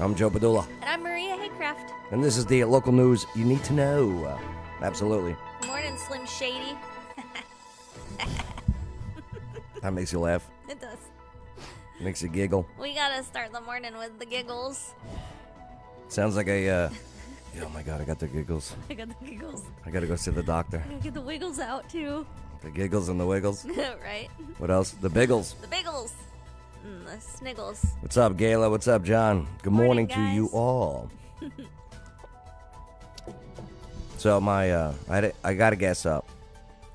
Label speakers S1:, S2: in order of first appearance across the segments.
S1: I'm Joe Padula,
S2: And I'm Maria Haycraft.
S1: and this is the local news you need to know. Uh, Absolutely.
S2: Morning, Slim Shady.
S1: That makes you laugh,
S2: It does.
S1: makes you giggle.
S2: We gotta start the morning with the giggles.
S1: Sounds like a, uh, oh my god, I got the giggles.
S2: I got the giggles.
S1: I gotta go see the doctor.
S2: I get the wiggles out too.
S1: The giggles and the wiggles.
S2: right?
S1: What else? The biggles.
S2: The biggles. Mm, the sniggles.
S1: What's up, Gayla? What's up, John? Good
S2: Morning,
S1: morning, to you
S2: guys.
S1: all. so my, uh, I, had- I gotta gas up.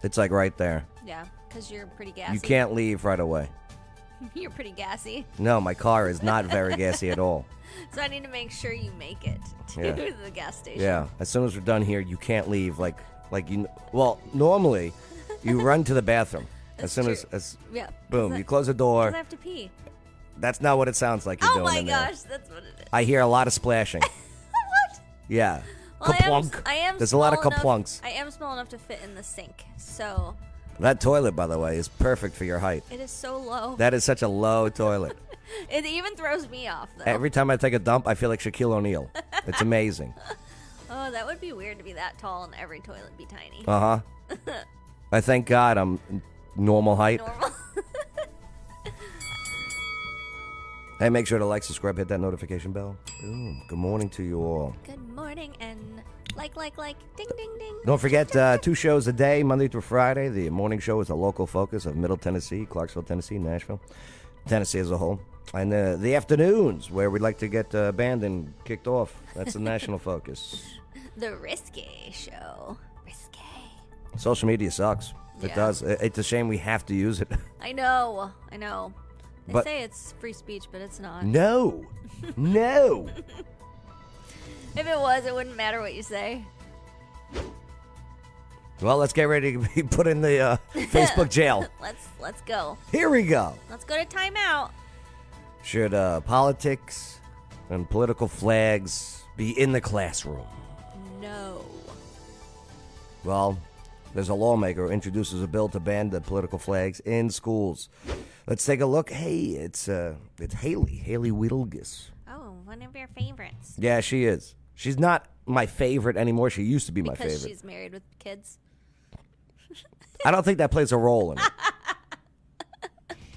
S1: It's like right there.
S2: Yeah, because you're pretty gassy.
S1: You can't leave right away.
S2: you're pretty gassy.
S1: No, my car is not very gassy at all.
S2: So I need to make sure you make it to
S1: Yeah.
S2: the gas station.
S1: Yeah. As soon as we're done here, you can't leave. Like, like you. Well, normally, you run to the bathroom. As
S2: That's
S1: soon
S2: true.
S1: as, as
S2: Yeah.
S1: boom,
S2: Does
S1: you
S2: that-
S1: close the
S2: does
S1: door.
S2: I have to pee.
S1: That's not what it sounds like you're
S2: Oh
S1: doing
S2: my
S1: in there.
S2: gosh, that's what it is.
S1: I hear a lot of splashing.
S2: what?
S1: Yeah.
S2: Well, I am-
S1: Kaplunk.
S2: I am
S1: There's a lot of
S2: small enough-
S1: kaplunks.
S2: I am small enough to fit in the sink, so
S1: That toilet, by the way, is perfect for your height.
S2: it is so low.
S1: That is such a low toilet.
S2: it even throws me off though.
S1: Every time I take a dump, I feel like Shaquille O'Neal. It's amazing.
S2: oh, that would be weird to be that tall and every toilet be tiny.
S1: Uh huh. I thank God I'm normal height.
S2: Normal.
S1: Hey, make sure to like, subscribe, hit that notification bell. Boom. Good morning to you all.
S2: Good morning and like like like ding ding ding.
S1: Don't forget, uh, two shows a day, Monday through Friday. The morning show is a local focus of Middle Tennessee, Clarksville, Tennessee, Nashville, Tennessee as a whole. And uh, the afternoons, where we'd like to get uh, banned and kicked off. That's the national focus.
S2: The risque show. Risque.
S1: Social media sucks. It
S2: Yeah.
S1: does. I- It's a shame we have to use it.
S2: I know. I know. They
S1: But-
S2: say it's free speech, but it's not.
S1: no. No.
S2: If it was, it wouldn't matter what you say.
S1: Well, let's get ready to be put in the uh, Facebook jail.
S2: Let's let's go.
S1: Here we go.
S2: Let's go to timeout.
S1: Should uh, politics and political flags be in the classroom?
S2: No.
S1: Well, there's a lawmaker who introduces a bill to ban the political flags in schools. Let's take a look. Hey, it's uh, it's Haley, Haley Wheedlegus.
S2: Oh, one of your favorites.
S1: Yeah, she is. She's not my favorite anymore. She used to be my
S2: Because
S1: favorite.
S2: she's married with kids.
S1: I don't think that plays a role in it.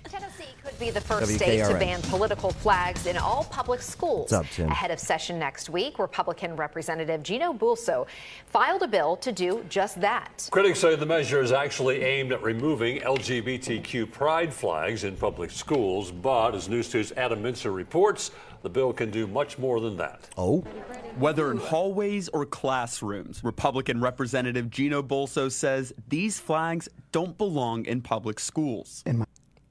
S3: Tennessee could be the first state
S1: WKRN.
S3: to ban political flags in all public schools.
S1: What's up, Tim?
S3: Ahead of session next week, Republican Representative Gino Bulso filed a bill to do just that.
S4: Critics say the measure is actually aimed at removing LGBTQ pride flags in public schools, but as News 2's Adam Mincer reports, the bill can do much more than that.
S1: Oh,
S5: Whether in hallways or classrooms, Republican Representative Gino Bolso says these flags don't belong in public schools.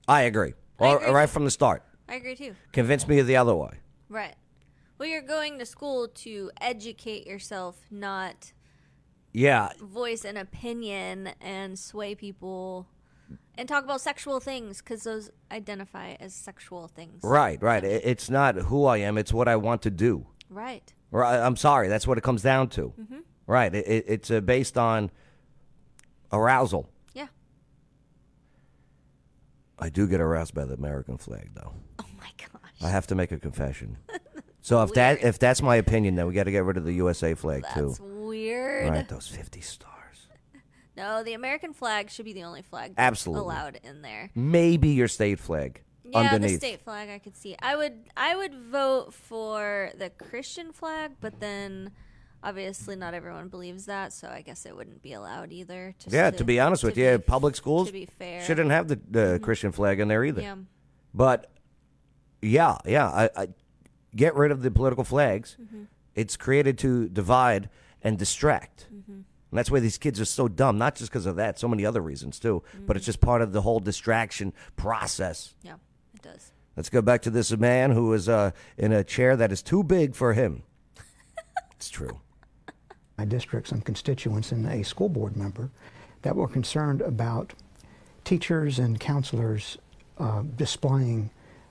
S1: I agree.
S2: I
S1: All-
S2: agree.
S1: Right from the start,
S2: I agree too.
S1: convince me of the other way.
S2: Right. Well, you're going to school to educate yourself, not
S1: Yeah,
S2: voice an opinion and sway people and talk about sexual things because those identify as sexual things.
S1: right, right. It- It's not who I am; it's what I want to do.
S2: Right. Mm-hmm.
S1: Right, I'm sorry. That's what it comes down to. Right. It, it, it's uh, based on arousal.
S2: Yeah.
S1: I do get aroused by the American flag, though.
S2: Oh my gosh.
S1: I have to make a confession. so if that if that's my opinion, then we got to get rid of the USA flag
S2: That's
S1: too.
S2: weird.
S1: All right, those 50 stars.
S2: No, the American flag should be the only flag
S1: Absolutely.
S2: allowed in there.
S1: Maybe your state flag
S2: Yeah,
S1: underneath.
S2: the state flag I could see. I would I would vote for the Christian flag, but then obviously not everyone believes that, so I guess it wouldn't be allowed either. just
S1: yeah, to be honest with you,
S2: be-
S1: public schools
S2: to be fair. Mm-hmm.
S1: shouldn't have the, the Christian flag in there either.
S2: Yeah.
S1: But yeah, yeah, I, I get rid of the political flags.
S6: Mm-hmm.
S1: It's created to divide and distract. And that's why these kids are so dumb, not just because of that, so many other reasons too, but it's just part of the whole distraction process.
S2: Yeah, it does.
S1: Let's go back to this man who is uh, in a chair that is too big for him. it's true.
S7: my district, some constituents, and a school board member that were concerned about teachers and counselors uh, displaying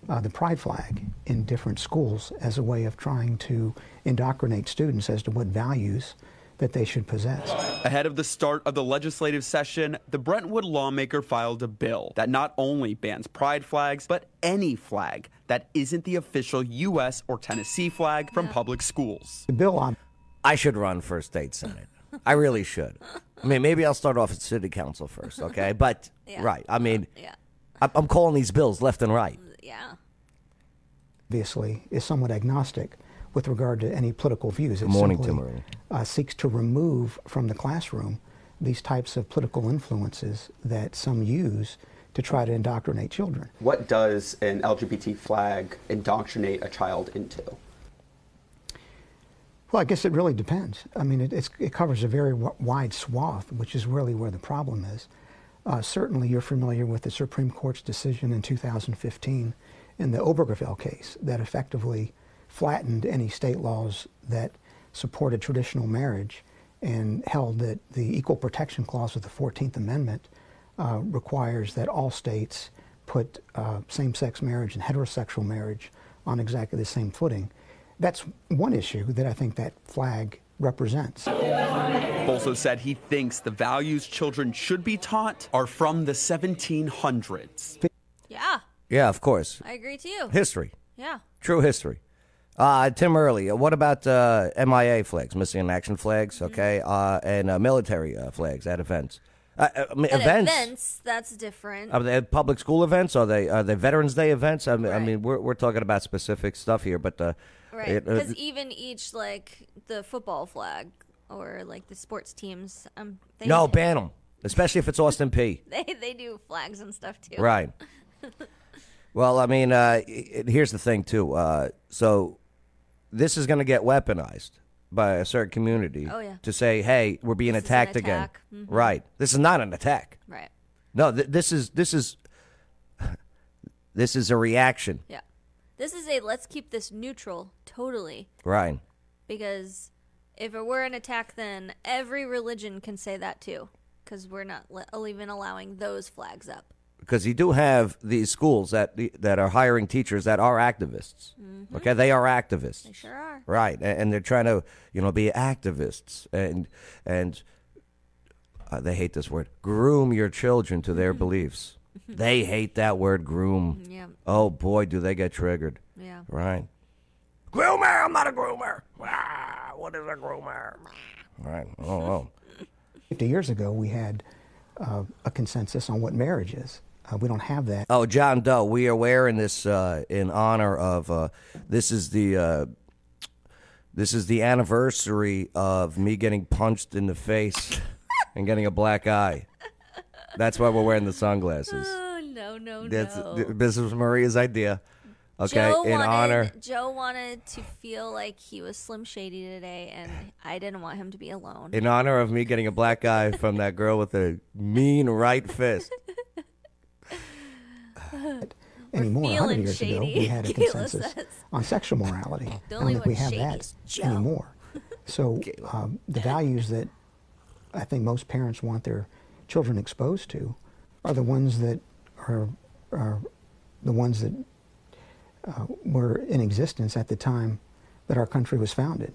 S7: uh, the pride flag in different schools as a way of trying to indoctrinate students as to what values that they should possess.
S5: Ahead of the start of the legislative session, the Brentwood lawmaker filed a bill that not only bans pride flags, but any flag that isn't the official U.S. or Tennessee flag from public schools.
S7: The bill ob-
S1: I should run for state senate. I really should. I mean, maybe I'll start off at city council first, okay? But
S2: Yeah.
S1: right, I mean,
S2: Yeah. Mm.
S1: I- I'm calling these bills left and right.
S2: Yeah.
S7: obviously is somewhat agnostic with regard to any political views. It
S1: Good morning,
S7: simply,
S1: Tim Early.
S7: uh, seeks to remove from the classroom these types of political influences that some use to try to indoctrinate children.
S8: What does an LGBT flag indoctrinate a child into?
S7: Well, I guess it really depends. I mean, it, it's, it covers a very w- wide swath, which is really where the problem is. Uh, certainly, you're familiar with the Supreme Court's decision in 2015 in the Obergefell case that effectively flattened any state laws that supported traditional marriage and held that the Equal Protection Clause of the 14th Amendment uh, requires that all states put uh, same sex marriage and heterosexual marriage on exactly the same footing. That's one issue that I think that flag represents.
S5: Bolso said he thinks the values children should be taught are from the 1700s.
S2: Yeah.
S1: Yeah, of course.
S2: I agree too.
S1: History,
S2: Yeah.
S1: true history. Uh, Tim Early, uh, what about uh, MIA flags, missing in action flags,
S2: Mm-hmm.
S1: okay, uh, and uh, military uh, flags at events? Uh, uh, I mean,
S2: At
S1: events.
S2: events, that's different.
S1: Are they public school events? Are they are they Veterans Day events? I mean, I
S2: Right.
S1: mean we're, we're talking about specific stuff here, but uh,
S2: Right,
S1: it- uh,
S2: because even each like the football flag or like the sports teams, um, they
S1: no, ban them, especially if it's Austin P.
S2: they they do flags and stuff too.
S1: Right. well, I mean, uh, it, here's the thing too. Uh, so this is going to get weaponized by a certain community
S2: Oh, yeah.
S1: to say, "Hey, we're being
S2: is an
S1: attacked again."
S2: attack. Mm-hmm.
S1: Right. This is not an attack.
S2: right,
S1: No, th- this is this is this is a reaction.
S2: yeah. This is a let's keep this neutral totally
S1: Right.
S2: because if it were an attack, then every religion can say that too because we're not li- even allowing those flags up.
S1: because you do have these schools that that are hiring teachers that are activists. Okay, they are activists. They
S2: Mm-hmm. Sure are.
S1: Right, a- and they're trying to you know be activists and and uh, they hate this word groom your children to their beliefs. They hate that word groom.
S2: Yeah.
S1: Oh boy, do they get triggered.
S2: Yeah.
S1: Right. Groomer, I'm not a groomer. Ah, what is a groomer? Right. Oh, oh.
S7: 50 years ago, we had uh, a consensus on what marriage is. Uh, we don't have that
S1: Oh, John Doe, we are wearing this uh, in honor of uh, this is the uh, this is the anniversary of me getting punched in the face and getting a black eye. That's why we're wearing the sunglasses.
S2: Oh no no
S1: That's
S2: no.
S1: th- this was Maria's idea. Okay,
S2: Joe
S1: in
S2: wanted,
S1: honor.
S2: Joe wanted to feel like he was Slim Shady today, and I didn't want him to be alone.
S1: In honor of me getting a black eye from that girl with a mean right fist.
S7: anymore. A 100
S2: feeling
S7: years ago,
S2: shady,
S7: we had a
S2: Kayla
S7: consensus
S2: says.
S7: on sexual morality. I
S2: only
S7: don't think we
S2: one
S7: have
S2: shady
S7: that
S2: is Joe.
S7: anymore. So um, the values that I think most parents want their children exposed to are the ones that are, are the ones that uh, were in existence at the time that our country was founded.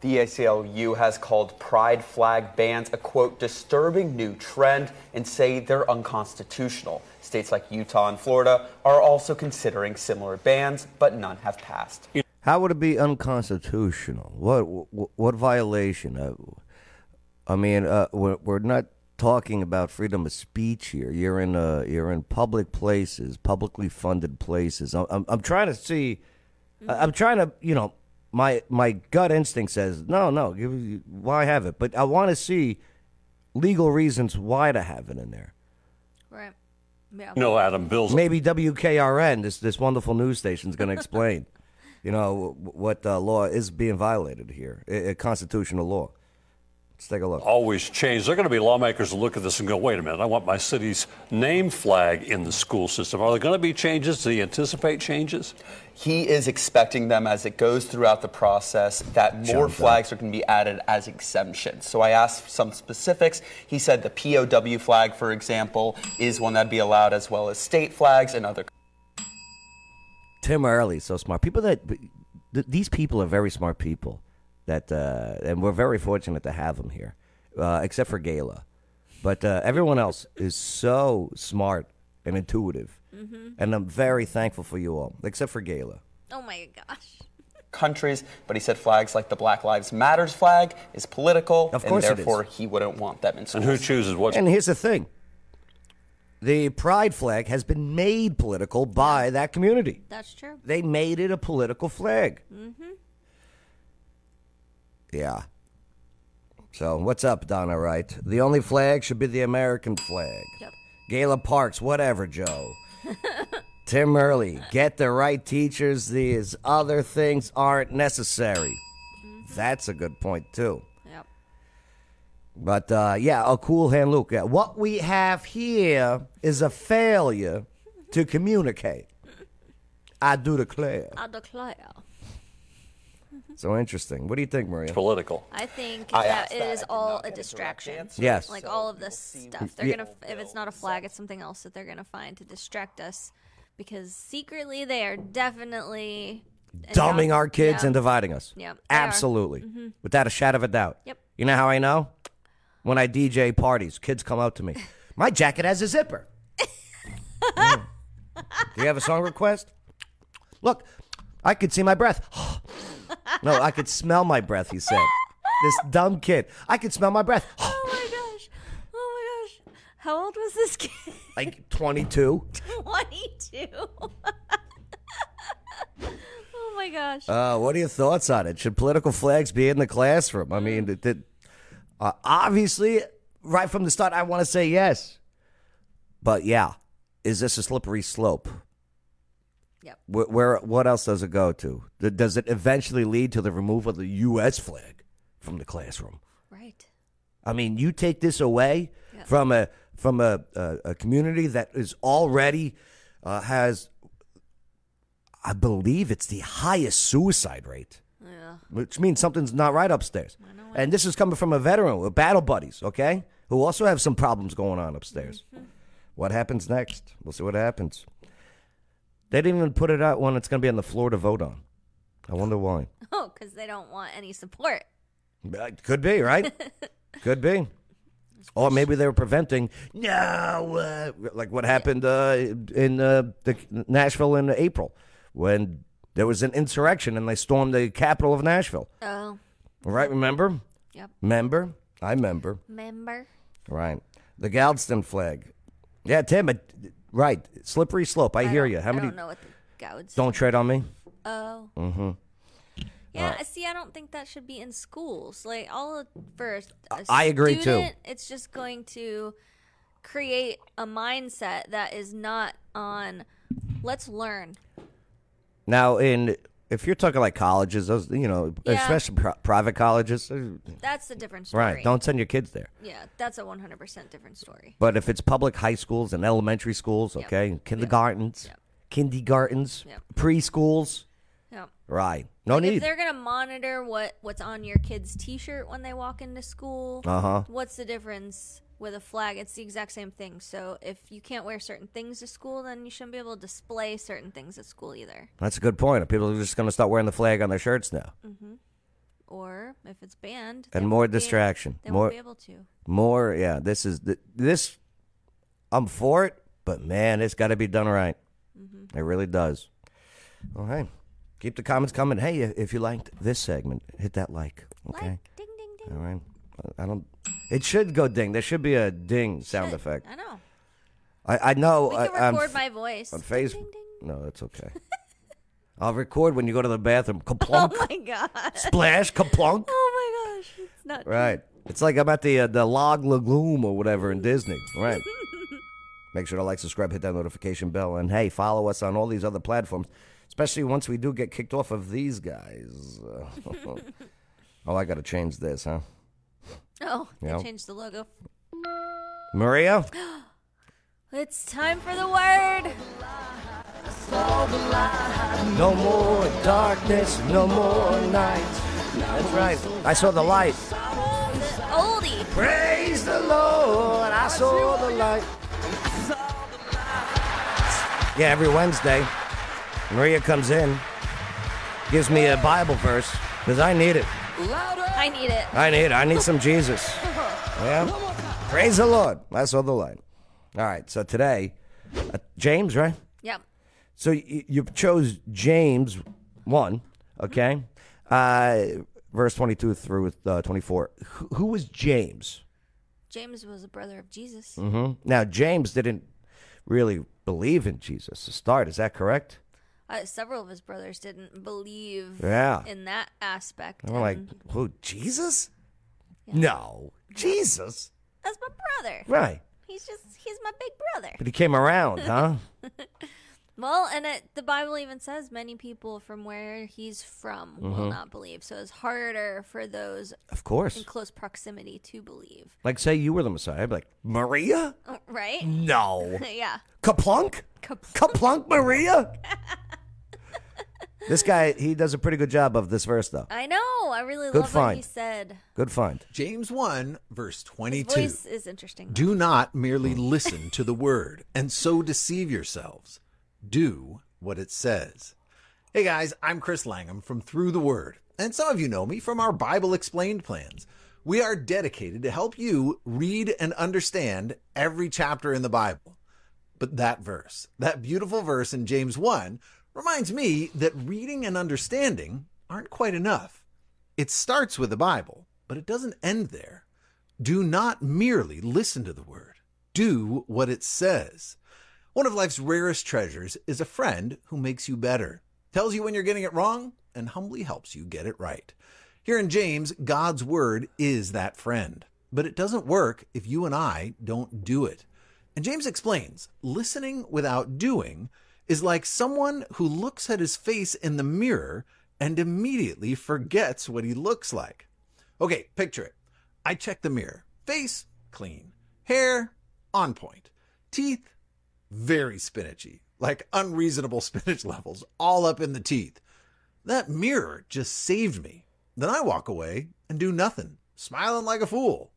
S8: The ACLU has called pride flag bans a quote disturbing new trend and say they're unconstitutional. States like Utah and Florida are also considering similar bans, but none have passed.
S1: How would it be unconstitutional? What what, what violation? Uh, I mean, uh, we're, we're not talking about freedom of speech here. You're in uh, you're in public places, publicly funded places. I'm I'm, I'm trying to see. I- I'm trying to you know my my gut instinct says no no give- why have it? But I want to see legal reasons why to have it in there.
S2: Right. Yeah.
S4: No, Adam, bills
S1: Maybe WKRN, this this wonderful news station, is going to explain, you know, wh- what uh, law is being violated here, I I- constitutional law. Let's take a look.
S4: always change. There are going to be lawmakers who look at this and go, wait a minute, I want my city's name flag in the school system. Are there going to be changes? Do you anticipate changes?
S8: He is expecting them as it goes throughout the process that more flags are going to be added as exemptions. So I asked for some specifics. He said the POW flag, for example, is one that'd be allowed, as well as state flags and other.
S1: Tim Early, so smart. People that th- these people are very smart people. that, uh, and we're very fortunate to have him here, uh, except for Gala. But uh, everyone else is so smart and intuitive,
S4: Mm-hmm.
S1: and I'm very thankful for you all, except for Gala.
S2: Oh my gosh.
S8: countries, but he said flags like the Black Lives Matters flag is political,
S1: Of course it
S8: and
S1: is.
S8: therefore he wouldn't want them in
S4: And who
S8: schools.
S4: chooses what?
S1: And here's the thing: the pride flag has been made political by that community.
S2: That's true.
S1: They made it a political flag. Mm-hmm. Yeah. So what's up, Donna Wright? The only flag should be the American flag.
S2: Yep.
S1: Gala Parks, whatever, Joe. Tim Early, get the right teachers. These other things aren't necessary.
S2: Mm-hmm.
S1: That's a good point too.
S2: Yep.
S1: But uh, yeah, a cool hand, Luke. Yeah. What we have here is a failure to communicate. I do declare.
S2: I declare.
S1: So interesting. What do you think, Maria?
S4: Political.
S2: I think
S8: I
S2: that
S8: asked
S2: it
S8: that. I
S2: is
S8: did
S2: all a
S8: not get a direct
S2: distraction.
S8: answer,
S1: Yes.
S2: Like
S1: so
S2: all of this stuff. They're
S1: Yeah.
S2: gonna if it's not a flag, it's something else that they're gonna find to distract us. Because secretly they are definitely
S1: Dumbing our kids
S2: Yeah.
S1: and dividing us.
S2: Yep, they are. Mm-hmm.
S1: Absolutely. Without a shadow of a doubt.
S2: Yep.
S1: You know how I know? When I DJ parties, kids come up to me. My jacket has a zipper. Mm. Do you have a song request? Look, I could see my breath. no, I could smell my breath, he said. This dumb kid. I could smell my breath.
S2: Oh my gosh. Oh my gosh. How old was this kid?
S1: like 22.
S2: Twenty two. oh my gosh.
S1: Uh, what are your thoughts on it? Should political flags be in the classroom? I mean,
S2: Mm.
S1: it, it- uh, obviously, right from the start, I want to say yes. But yeah, is this a slippery slope?
S2: Yep.
S1: Where, where what else does it go to? Th- Does it eventually lead to the removal of the U.S. flag from the classroom?
S2: Right.
S1: I mean, you take this away
S2: Yeah.
S1: from a from a, a, a community that is already uh, has, I believe it's the highest suicide rate,
S2: Yeah.
S1: which means something's not right upstairs. And this is coming from a veteran with battle buddies, okay, who also have some problems going on upstairs. What happens next? We'll see what happens. They didn't even put it out when it's going to be on the floor to vote on. I wonder why.
S2: Oh, because they don't want any support.
S1: Uh, Could be, right? Could be. Or maybe they were preventing. No, uh, like what happened uh, in uh, the Nashville in April when there was an insurrection and they stormed the capital of Nashville.
S2: Oh.
S1: Right? Remember?
S2: Yep.
S1: Member? I remember.
S2: Member.
S1: Right. The Galveston flag. Yeah, Tim. It, right. Slippery slope. I, hear
S2: don't-
S1: you. How
S2: I
S1: many?
S2: don't know what the gouged.
S1: Don't tread on me.
S2: Oh. Mm-hmm. Yeah, I see, I don't think that should be in schools. Like all of- for a a
S1: I agree, too.
S2: student, It's just going to create a mindset that is not on. Let's learn.
S1: Now, in if you're talking like colleges, those you know,
S2: Yeah.
S1: especially pri- private colleges, uh,
S2: That's a different story.
S1: Right. Don't send your kids there.
S2: Yeah, that's a 100% different story.
S1: But if it's public high schools and elementary schools, okay, and kindergartens,
S2: Yep.
S1: kindergartens,
S2: Yep.
S1: preschools,
S2: Yeah.
S1: right? No
S2: If
S1: need.
S2: they're gonna monitor what what's on your kid's T-shirt when they walk into school, uh-huh. what's the difference with a flag? It's the exact same thing. So if you can't wear certain things to school, then you shouldn't be able to display certain things at school either.
S1: That's a good point. People are just going to start wearing the flag on their shirts now,
S2: Mm-hmm. Or if it's banned, they
S1: and more
S2: won't be-
S1: distraction,
S2: They
S1: more,
S2: won't be able to.
S1: more. Yeah, this is th- this. I'm for it, but man, it's got to be done right.
S2: Mm-hmm.
S1: It really does. All right, keep the comments coming. Hey, if you liked this segment, hit that like. Okay.
S2: Like ding ding ding.
S1: All right. I don't. It should go ding. There should be a ding sound effect.
S2: I know.
S1: I, I know.
S2: We can
S1: I, on
S2: record
S1: F-
S2: my voice.
S1: on
S2: Ding,
S1: Facebook.
S2: ding, ding.
S1: No, that's okay. I'll record when you go to the bathroom.
S2: Oh
S1: Kaplunk,
S2: my gosh.
S1: splash, kaplunk.
S2: Oh my gosh. It's not
S1: Right. It's like I'm at the uh, the Log Lagoon or whatever in Disney. Right. Make sure to like, subscribe, hit that notification bell, and hey, follow us on all these other platforms. Especially once we do get kicked off of these guys. oh, I got to change this, huh?
S2: Oh, they
S1: Yeah.
S2: changed the logo.
S1: Maria.
S2: It's time for the word.
S1: No more darkness, no more night. That's right. I saw the light.
S2: Oldie.
S1: Praise the Lord. I saw the light. Yeah, every Wednesday, Maria comes in, gives me a Bible verse because I need it.
S2: I need it.
S1: I need I need some Jesus. Yeah. Praise the Lord. That's all the line. All right. So today, uh, James, right?
S2: Yep.
S1: So you, you chose James 1, okay? Uh, verse 22 through uh, 24. Who, who was James?
S2: James was a brother of Jesus.
S1: hmm Now, James didn't really believe in Jesus to start. Is that correct?
S2: Uh, several of his brothers didn't believe
S1: Yeah.
S2: in that aspect.
S1: And we're like,
S2: and
S1: who, Jesus? No. Jesus?
S2: that's my brother.
S1: Right.
S2: He's just, he's my big brother.
S1: But he came around, huh?
S2: Well, and it, the Bible even says many people from where he's from will not believe. So it's harder for those
S1: Mm-hmm. Of
S2: in
S1: course.
S2: close proximity to believe.
S1: Like, say you were the Messiah. I'd be like, Maria?
S2: Oh, Right?
S1: No.
S2: yeah.
S1: Kaplunk? Kaplunk Maria? this guy, he does a pretty good job of this verse, though.
S2: I know. I really
S1: Good
S2: love what he
S1: find.
S2: said.
S1: Good find.
S9: James 1, verse
S2: His
S9: 22.
S2: voice is interesting. though.
S9: Do not merely listen to the word and so deceive yourselves. Do what it says. Hey guys, I'm Chris Langham from Through the Word, and some of you know me from our Bible Explained plans. We are dedicated to help you read and understand every chapter in the Bible. But that verse, that beautiful verse in James 1, reminds me that reading and understanding aren't quite enough. It starts with the Bible, but it doesn't end there. Do not merely listen to the word, do what it says. One of life's rarest treasures is a friend who makes you better, tells you when you're getting it wrong, and humbly helps you get it right. Here in James, God's word is that friend, but it doesn't work if you and I don't do it. And James explains listening without doing is like someone who looks at his face in the mirror and immediately forgets what he looks like. Okay, picture it. I check the mirror. Face, clean. Hair, on point. Teeth, very spinachy, like unreasonable spinach levels, all up in the teeth. That mirror just saved me. Then I walk away and do nothing, smiling like a fool.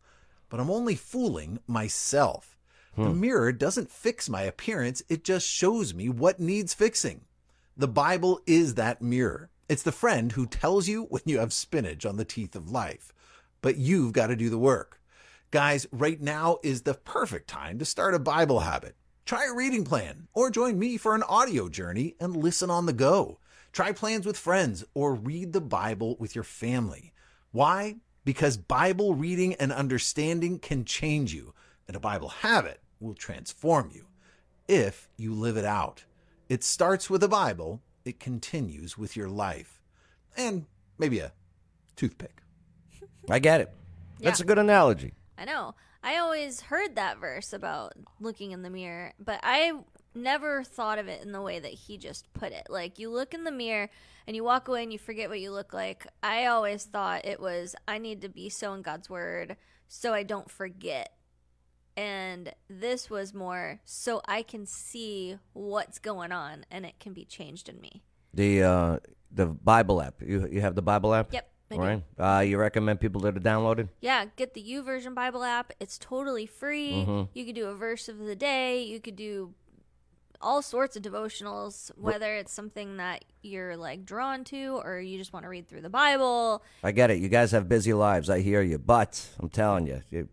S9: But I'm only fooling myself. The mirror doesn't fix my appearance, it just shows me what needs fixing. The Bible is that mirror. It's the friend who tells you when you have spinach on the teeth of life. But you've got to do the work. Guys, right now is the perfect time to start a Bible habit. Try a reading plan or join me for an audio journey and listen on the go. Try plans with friends or read the Bible with your family. Why? Because Bible reading and understanding can change you, and a Bible habit will transform you if you live it out. It starts with the Bible, it continues with your life. And maybe a toothpick.
S1: I get it. That's
S2: Yeah.
S1: a good analogy.
S2: I know. I always heard that verse about looking in the mirror, but I never thought of it in the way that he just put it. Like you look in the mirror and you walk away and you forget what you look like. I always thought it was I need to be so in God's word so I don't forget. And this was more so I can see what's going on and it can be changed in me.
S1: The uh, the Bible app. You you have the Bible app?
S2: Yep, I do.
S1: Right. Uh, you recommend people that are downloaded?
S2: Yeah, get the U Version Bible app. It's totally free. You could do a verse of the day. You could do all sorts of devotionals, whether it's something that you're like drawn to or you just want to read through the Bible.
S1: I get it. You guys have busy lives. I hear you. But I'm telling you, it,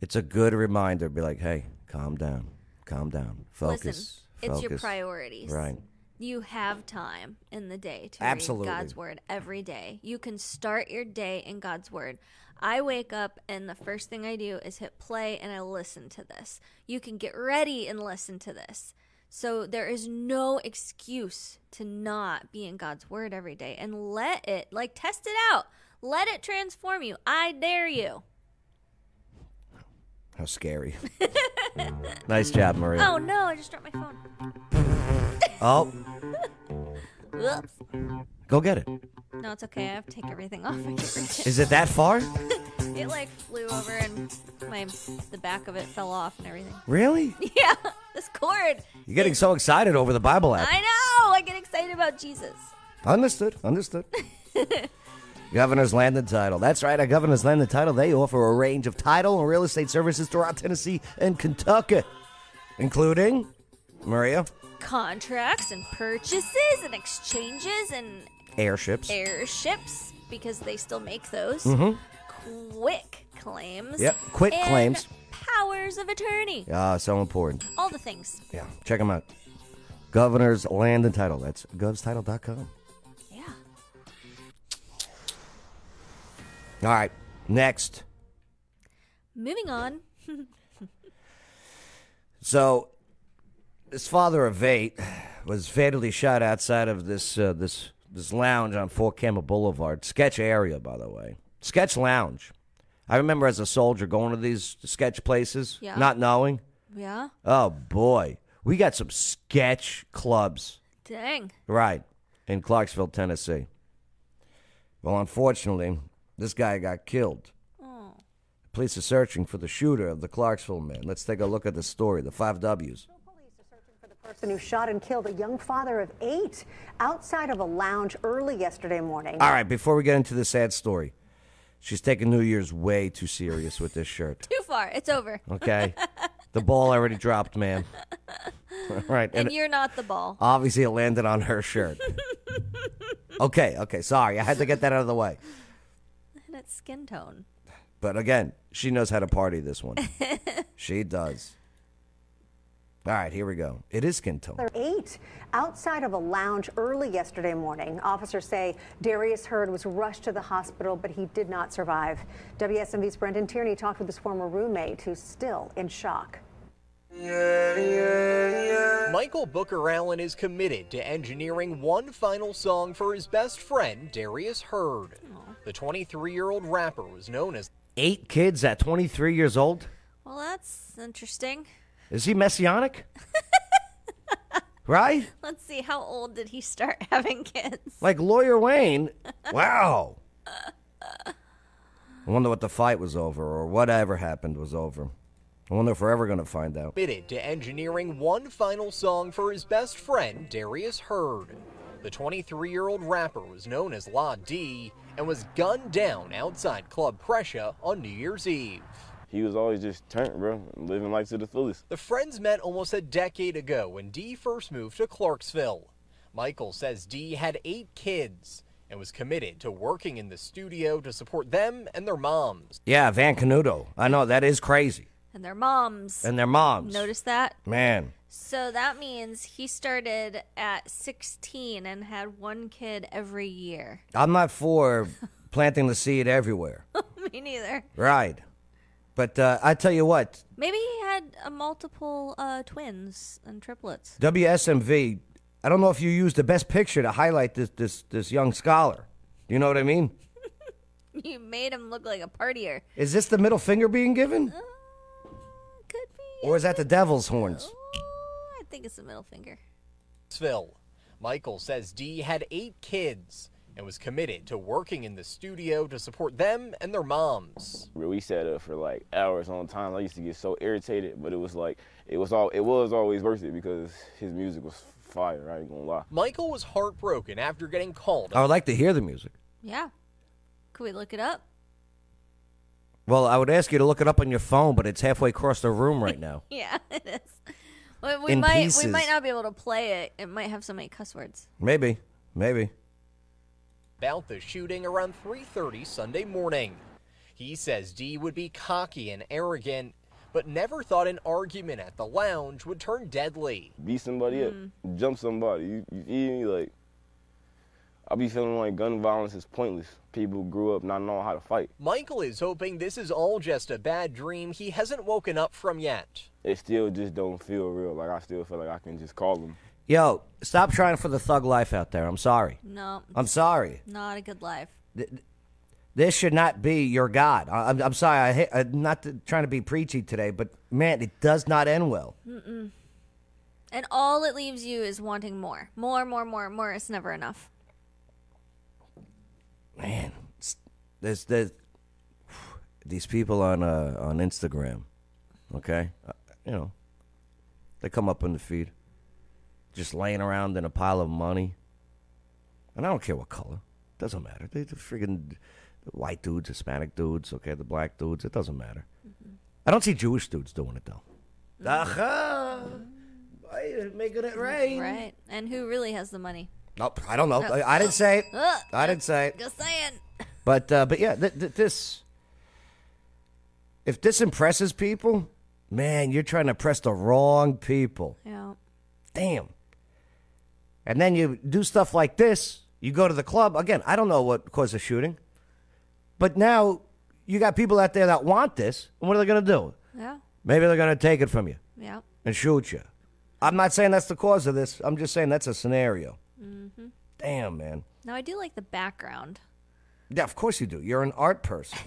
S1: it's a good reminder. Be like, hey, calm down. Calm down. Focus.
S2: Listen, it's your
S1: focus.
S2: priorities.
S1: Right.
S2: You have time in the day to
S1: Absolutely.
S2: read God's word every day. You can start your day in God's word. I wake up and the first thing I do is hit play and I listen to this. You can get ready and listen to this. So there is no excuse to not be in God's word every day and let it like test it out. Let it transform you. I dare you.
S1: How scary. nice job, Maria.
S2: Oh no, I just dropped my phone.
S1: Oh,
S2: Whoops. Oh.
S1: go get it.
S2: No, it's okay. I have to take everything off. I can't reach it.
S1: Is it that far?
S2: It like flew over and my the back of it fell off and everything.
S1: Really?
S2: Yeah, this cord.
S1: You're getting so excited over the Bible app.
S2: I know. I get excited about Jesus.
S1: Understood. Understood. Governor's Land and Title. That's right, at Governor's Land and Title, they offer a range of title and real estate services throughout Tennessee and Kentucky, including Maria,
S2: Contracts and purchases and exchanges and
S1: airships,
S2: airships, because they still make those.
S1: Mhm.
S2: Quick claims.
S1: Yep, quit
S2: and
S1: claims.
S2: Powers of attorney.
S1: Ah, so important.
S2: All the things.
S1: Yeah, check them out. Governor's Land and Title. That's govstitle.com.
S2: Yeah.
S1: All right, next.
S2: Moving on.
S1: So, this father of eight was fatally shot outside of this uh, this this lounge on Fort Campbell Boulevard, sketch area, by the way, sketch lounge. I remember as a soldier going to these sketch places,
S2: Yeah.
S1: not knowing.
S2: Yeah.
S1: Oh boy, we got some sketch clubs.
S2: Dang.
S1: Right. In Clarksville, Tennessee. Well, unfortunately, this guy got killed.
S2: Oh.
S1: Police are searching for the shooter of the Clarksville man. Let's take a look at the story, the five W's.
S6: person who shot and killed a young father of eight outside of a lounge early yesterday morning.
S1: All right, before we get into the sad story, she's taking New Year's way too serious with this shirt.
S2: Too far. It's over.
S1: Okay? the ball already dropped, man. All right.
S2: And you're not the ball.
S1: Obviously, it landed on her shirt. okay, okay, sorry. I had to get that out of the way.
S2: And it's skin tone.
S1: But again, she knows how to party this one. she does. All right, here we go. It is skin tone.
S6: Father Eight outside of a lounge early yesterday morning. Officers say Darius Hurd was rushed to the hospital, but he did not survive. WSMV's Brendan Tierney talked with his former roommate, who's still in shock.
S10: Michael Booker Allen is committed to engineering one final song for his best friend, Darius Hurd. The 23 year old rapper was known as
S1: Eight kids at 23 years old?
S2: Well, that's interesting.
S1: Is he messianic? right?
S2: Let's see. How old did he start having kids?
S1: Like Lawyer Wayne. Wow. I wonder what the fight was over or whatever happened was over. I wonder if we're ever going to find out.
S10: committed to engineering one final song for his best friend, Darius Hurd. The 23 year old rapper was known as La D and was gunned down outside Club Prussia on New Year's Eve.
S11: He was always just turned, bro, living life to the fullest.
S10: The friends met almost a decade ago when Dee first moved to Clarksville. Michael says Dee had eight kids and was committed to working in the studio to support them and their moms.
S1: Yeah, Van Canudo. I know, that is crazy.
S2: And their moms.
S1: And their moms.
S2: Notice that?
S1: Man.
S2: So that means he started at 16 and had one kid every year.
S1: I'm not for planting the seed everywhere.
S2: Me neither.
S1: Right. But uh, I tell you what,
S2: Maybe he had a multiple uh, twins and triplets.
S1: WSMV, I don't know if you used the best picture to highlight this this this young scholar. You know what I mean?
S2: You made him look like a partier.
S1: Is this the middle finger being given? Or is that the devil's horns?
S2: I think it's the middle finger.
S10: Clarksville. Michael says Dee had eight kids and was committed to working in the studio to support them and their moms.
S11: Bro, we sat up for like hours on time. I used to get so irritated, but it was like it was all it was always worth it because his music was fire. I ain't gonna lie.
S10: Michael was heartbroken after getting called
S1: I would like to hear the music.
S2: Yeah. Could we look it up?
S1: Well, I would ask you to look it up on your phone, but it's halfway across the room right now.
S2: Yeah, it is. Well, We
S1: In
S2: might we
S1: pieces.
S2: might not be able to play it. It might have so many cuss words.
S1: Maybe, maybe.
S10: about the shooting around 3:30 Sunday morning. He says Dee would be cocky and arrogant, but never thought an argument at the lounge would turn deadly.
S11: Beat somebody up, jump somebody. You, you feel me? Like I be feeling like gun violence is pointless. People grew up not knowing how to fight.
S10: Michael is hoping this is all just a bad dream he hasn't woken up from yet.
S11: It still just don't feel real. Like I still feel like I can just call them.
S1: Yo, stop trying for the thug life out there. I'm sorry.
S2: No,
S1: I'm sorry.
S2: not a good life.
S1: This should not be your God. I, I'm, I'm sorry. I, hate- I'm not t- trying to be preachy today, but man, it does not end well.
S2: Mm-mm. And all it leaves you is wanting more, more, more, more, more. It's never enough.
S1: man, s- there's there's these people on uh, on Instagram, okay, uh, you know, they come up on the feed, just laying around in a pile of money, and I don't care what color, doesn't matter. They the friggin' white dudes, Hispanic dudes, okay, the black dudes, it doesn't matter.
S2: Mm-hmm.
S1: I don't see Jewish dudes doing it though. Aha! Ah, Making it rain.
S2: Right. And who really has the money?
S1: Nope, I don't know.
S2: Oh.
S1: I, I didn't say it.
S2: Ugh.
S1: I didn't say it.
S2: Just saying.
S1: But uh, but yeah, th- th- this if this impresses people, man, you're trying to impress the wrong people.
S2: Yeah.
S1: Damn. And then you do stuff like this. You go to the club again. I don't know what caused the shooting, but now you got people out there that want this. And what are they going to do?
S2: Yeah.
S1: Maybe they're going to take it from you
S2: Yeah.
S1: and shoot you. I'm not saying that's the cause of this. I'm just saying that's a scenario.
S2: Mm-hmm.
S1: Damn, man.
S2: Now I do like the background.
S1: Yeah, of course you do. You're an art person.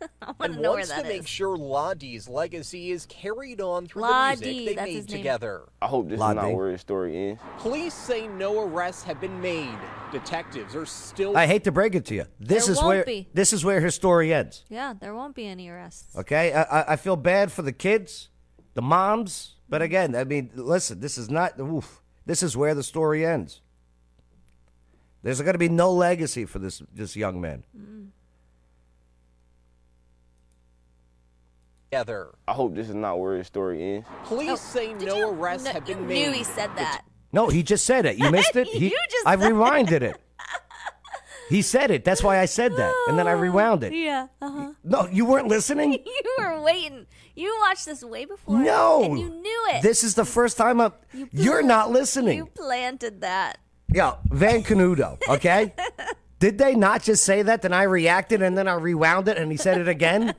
S2: I want
S10: and
S2: to know where
S10: wants
S2: that
S10: to make
S2: is.
S10: sure La D's legacy is carried on through
S2: La
S10: the music
S2: Dee,
S10: they
S2: that's
S10: made
S2: his name.
S10: together.
S11: I hope this
S1: Lot
S11: is not
S1: big.
S11: where the story ends.
S10: Police say no arrests have been made. Detectives are still.
S1: I hate to break it to you. This
S2: There
S1: is
S2: won't
S1: where
S2: be.
S1: this is where his story ends.
S2: Yeah, there won't be any arrests.
S1: Okay, I, I- I feel bad for the kids, the moms, but again, I mean, listen, this is not. Oof, this is where the story ends. There's going to be no legacy for this this young man.
S2: Mm.
S10: together.
S11: I hope this is not where the story ends.
S2: Oh,
S10: Police say no arrests have been made.
S2: Knew he said that.
S1: No, he just said it. You missed it. He,
S2: You just
S1: I
S2: said it.
S1: rewinded it. He said it. That's why I said that, and then I rewound it.
S2: Yeah. Uh huh.
S1: No, you weren't listening.
S2: You were waiting. You watched this way before.
S1: No,
S2: And you knew it.
S1: This is the first time I'm. You are not listening.
S2: You planted that.
S1: Yeah, Van Canudo, okay? Did they not just say that? Then I reacted and then I rewound it and he said it again?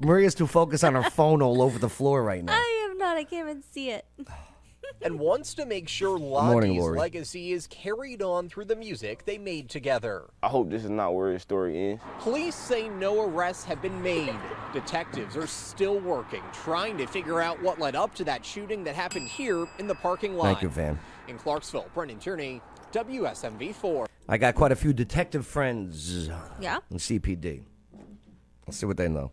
S1: Maria's too focused on her phone all over the floor right now.
S2: I am not. I can't even see it.
S10: and wants to make sure
S1: Morning,
S10: Lottie's
S1: Lori.
S10: legacy is carried on through the music they made together.
S11: I hope this is not where the story ends.
S10: Police say no arrests have been made. Detectives are still working, trying to figure out what led up to that shooting that happened here in the parking lot.
S1: Thank you, Van.
S10: In Clarksville, Brendan Tierney, WSMV4.
S1: I got quite a few detective friends
S2: Yeah.
S1: in CPD. Let's see what they know.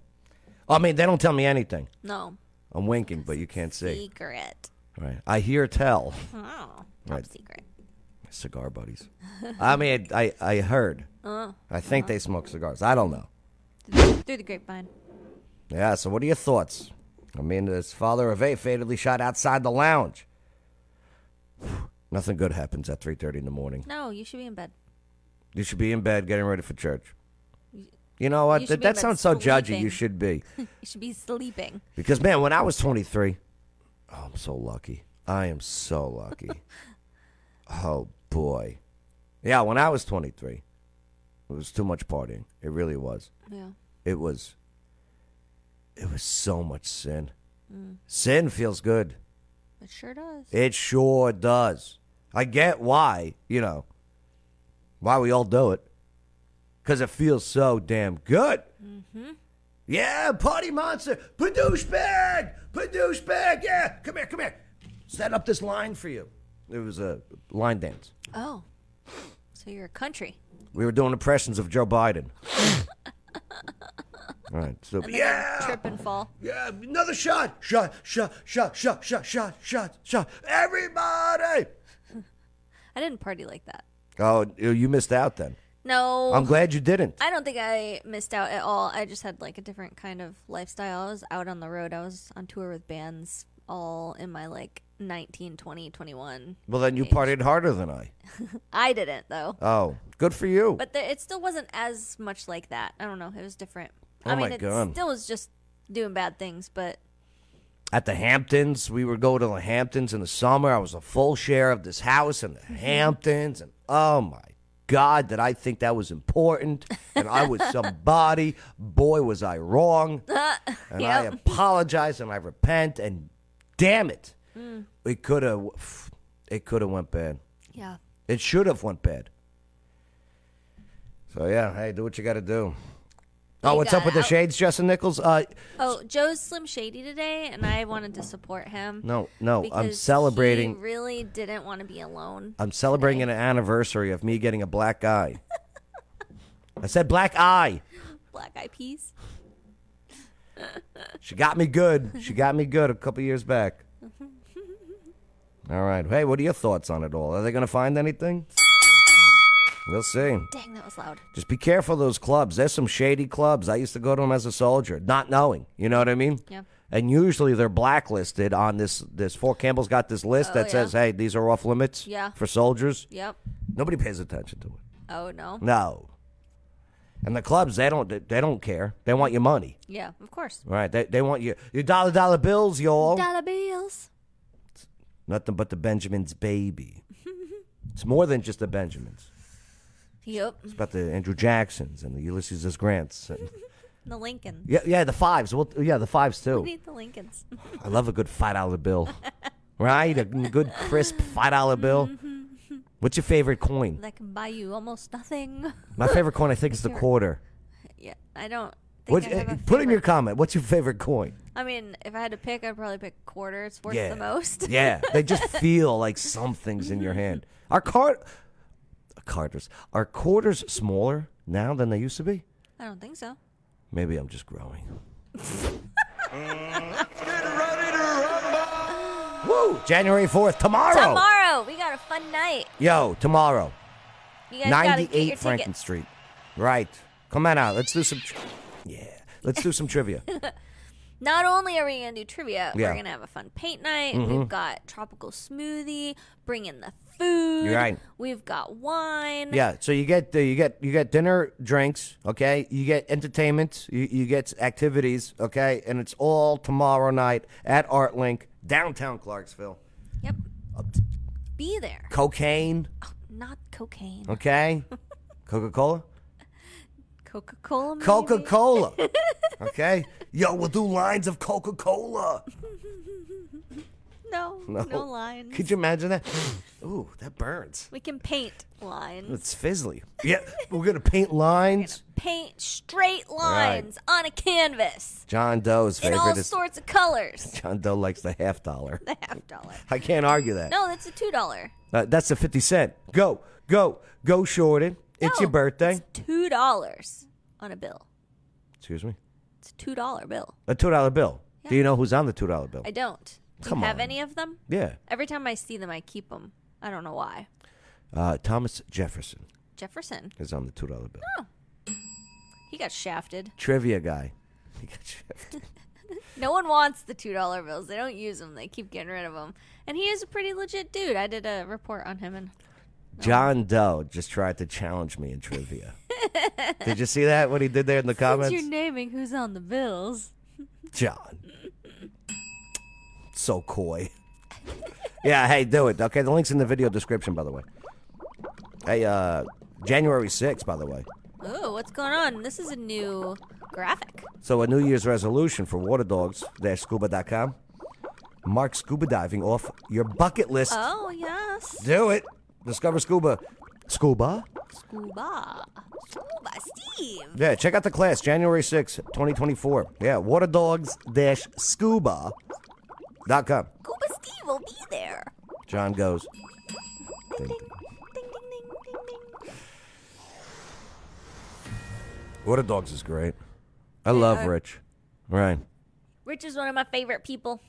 S1: I mean, they don't tell me anything.
S2: No.
S1: I'm winking, but you can't see.
S2: Secret.
S1: Right. I hear tell.
S2: Oh.
S1: Right.
S2: Secret.
S1: Cigar buddies. I mean, I, I heard.
S2: Oh.
S1: I think they smoke cigars. I don't know.
S2: Through the grapevine.
S1: Yeah, so what are your thoughts? I mean, this father of eight fatally shot outside the lounge. Nothing good happens at 3.30 in the morning.
S2: No, you should be in bed.
S1: You should be in bed getting ready for church. You know what?
S2: You should
S1: that
S2: be
S1: that
S2: in bed
S1: sounds so judgy.
S2: sleeping.
S1: You should be.
S2: you should be sleeping.
S1: Because, man, when I was 23, oh, I'm so lucky. I am so lucky. oh, boy. Yeah, when I was 23, it was too much partying. It really was.
S2: Yeah.
S1: It was, it was so much sin.
S2: Mm.
S1: Sin feels good.
S2: It sure does.
S1: It sure does. I get why, you know, why we all do it. Because it feels so damn good.
S12: Mm-hmm.
S1: Yeah, party monster. Produce bag. Produce bag. Yeah, come here, come here. Set up this line for you. It was a line dance.
S2: Oh. So you're a country.
S1: We were doing impressions of Joe Biden. all right. So,
S2: And then
S1: yeah.
S2: you trip and fall.
S1: Yeah, another shot. Shot, shot, shot, shot, shot, shot, shot, shot. Everybody.
S2: I didn't party like that.
S1: Oh, you missed out then.
S2: No.
S1: I'm glad you didn't.
S2: I don't think I missed out at all. I just had like a different kind of lifestyle. I was out on the road. I was on tour with bands all in my like 19, 20, 21.
S1: Well, then you partied harder than I.
S2: I didn't though.
S1: Oh, good for you.
S2: But the, it still wasn't as much like that. I don't know. It was different. I
S1: Oh,
S2: mean,
S1: my
S2: it
S1: God.
S2: still was just doing bad things, but
S1: At the Hamptons, we would go to the Hamptons in the summer. I was a full share of this house in the
S2: Mm-hmm.
S1: Hamptons, and oh my God, did I think that was important? And I was somebody. Boy, was I wrong. And I
S2: Yep.
S1: apologize and I repent. And damn it,
S2: Mm.
S1: it could have, it could have went bad.
S2: yeah.
S1: It should have went bad. So yeah, hey, do what you got to do. Oh,
S2: You
S1: what's
S2: got
S1: up with the
S2: out-
S1: shades, Justin Nichols? Uh,
S2: Oh, Joe's Slim Shady today, and I wanted to support him.
S1: No, no, I'm
S2: because he
S1: celebrating-
S2: really didn't want to be alone.
S1: I'm celebrating an anniversary of me getting a black eye. I said black eye.
S2: Black Eyed Peas.
S1: She got me good. She got me good a couple years back. All right. Hey, what are your thoughts on it all? Are they going to find anything? We'll see.
S2: Dang, that was loud.
S1: Just be careful of those clubs. There's some shady clubs. I used to go to them as a soldier, not knowing. You know what I mean?
S2: Yeah.
S1: And usually they're blacklisted on this. This Fort Campbell's got this list
S2: Oh,
S1: that
S2: yeah.
S1: says, "Hey, these are off limits
S2: Yeah.
S1: for soldiers."
S2: Yep.
S1: Nobody pays attention to it.
S2: Oh no.
S1: No. And the clubs, they don't they don't care. They want your money.
S2: Yeah, of course.
S1: Right. They, they want your, your dollar dollar bills, y'all.
S2: Dollar bills.
S1: Nothing but the Benjamin's baby. it's more than just the Benjamins.
S2: Yep.
S1: It's about the Andrew Jacksons and the Ulysses S. Grants. And,
S2: The Lincoln.
S1: yeah, yeah, the fives. Well, yeah, the fives
S2: We
S1: too.
S2: need the Lincolns.
S1: I love a good five dollar bill. right? A good crisp five dollar bill. What's your favorite coin?
S2: that can buy you almost nothing.
S1: My favorite coin, I think, is the
S2: Here.
S1: quarter.
S2: Yeah, I don't think
S1: What,
S2: I have a
S1: put in your comment. What's your favorite coin?
S2: I mean, if I had to pick, I'd probably pick quarter. It's worth
S1: yeah.
S2: the most.
S1: yeah, they just feel like something's in your hand. Are card, carters, are quarters smaller now than they used to be?
S2: I don't think so.
S1: Maybe I'm just growing. Woo! January fourth, tomorrow.
S2: Tomorrow, we got a fun night.
S1: Yo, tomorrow.
S2: You guys gotta get your
S1: Franklin
S2: tickets.
S1: Street. Right. Come on out. Let's do some. Tri- yeah. Let's do some trivia.
S2: Not only are we gonna do trivia,
S1: Yeah.
S2: we're gonna have a fun paint night.
S1: Mhm.
S2: We've got tropical smoothie. Bring in the food.
S1: You're right.
S2: We've got wine.
S1: Yeah, so you get uh, you get you get dinner, drinks, okay? You get entertainment, you, you get activities, okay? And it's all tomorrow night at Art Link, downtown Clarksville.
S2: Be there.
S1: Cocaine,
S2: Not cocaine.
S1: okay? Coca-Cola?
S2: Coca Cola.
S1: Coca-Cola. Okay? Yo, we'll do lines of Coca-Cola.
S2: No,
S1: No.
S2: no, lines.
S1: Could you imagine that? Ooh, that burns.
S2: We can paint lines.
S1: It's fizzly. Yeah, we're going to paint lines.
S2: Paint straight
S1: Right.
S2: lines on a canvas
S1: John Doe's
S2: in all
S1: favorite is
S2: sorts of colors.
S1: John Doe likes the half dollar.
S2: The half dollar.
S1: I can't argue that.
S2: No, that's a two dollar.
S1: Uh, that's the 50 cent. Go, go, go, Shorten. It's your birthday.
S2: Two dollars on a bill.
S1: Excuse me.
S2: It's a two dollar bill.
S1: A $2 bill. Do you know who's on the $2 bill?
S2: I don't. Do
S1: Come
S2: you have
S1: on.
S2: any of them?
S1: Yeah.
S2: Every time I see them, I keep them. I don't know why.
S1: Uh, Thomas Jefferson
S2: Jefferson. Ah.
S1: is on the $2 bill.
S2: He got shafted.
S1: Trivia guy. He got shafted.
S2: No one wants the two dollar bills. They don't use them. They keep getting rid of them. And he is a pretty legit dude. I did a report on him, and
S1: John Doe just tried to challenge me in trivia. did you see that? What he did there in the comments?
S2: since you're naming who's on the bills,
S1: John. So coy. yeah, hey, do it. Okay, the link's in the video description, by the way. Hey, uh, January 6th, by the way.
S2: oh, what's going on? This is a new graphic.
S1: So a New Year's resolution for waterdogs-scuba.com. Mark scuba diving off your bucket list.
S2: Oh yes,
S1: Do it. Discover scuba. Scuba?
S2: scuba, scuba, Steve.
S1: Yeah, check out the class January 6th, 2024. Yeah, waterdogs-scuba.com.
S2: Scuba Steve will be there.
S1: John goes. Ding, ding. Water Dogs is great. I love
S2: are-
S1: Rich. Right.
S2: Rich is one of my favorite people.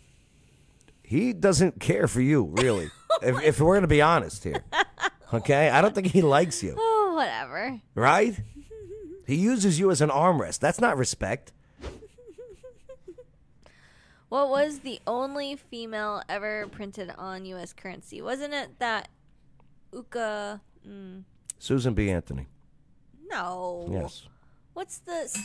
S1: He doesn't care for you, really. if, if we're going to be honest here. Okay? I don't think he likes you.
S2: Oh, whatever.
S1: Right? He uses you as an armrest. That's not respect.
S2: What was the only female ever printed on U.S. currency? Wasn't it that Uka? Mm,
S1: Susan B. Anthony.
S2: no.
S1: Yes.
S2: What's the s-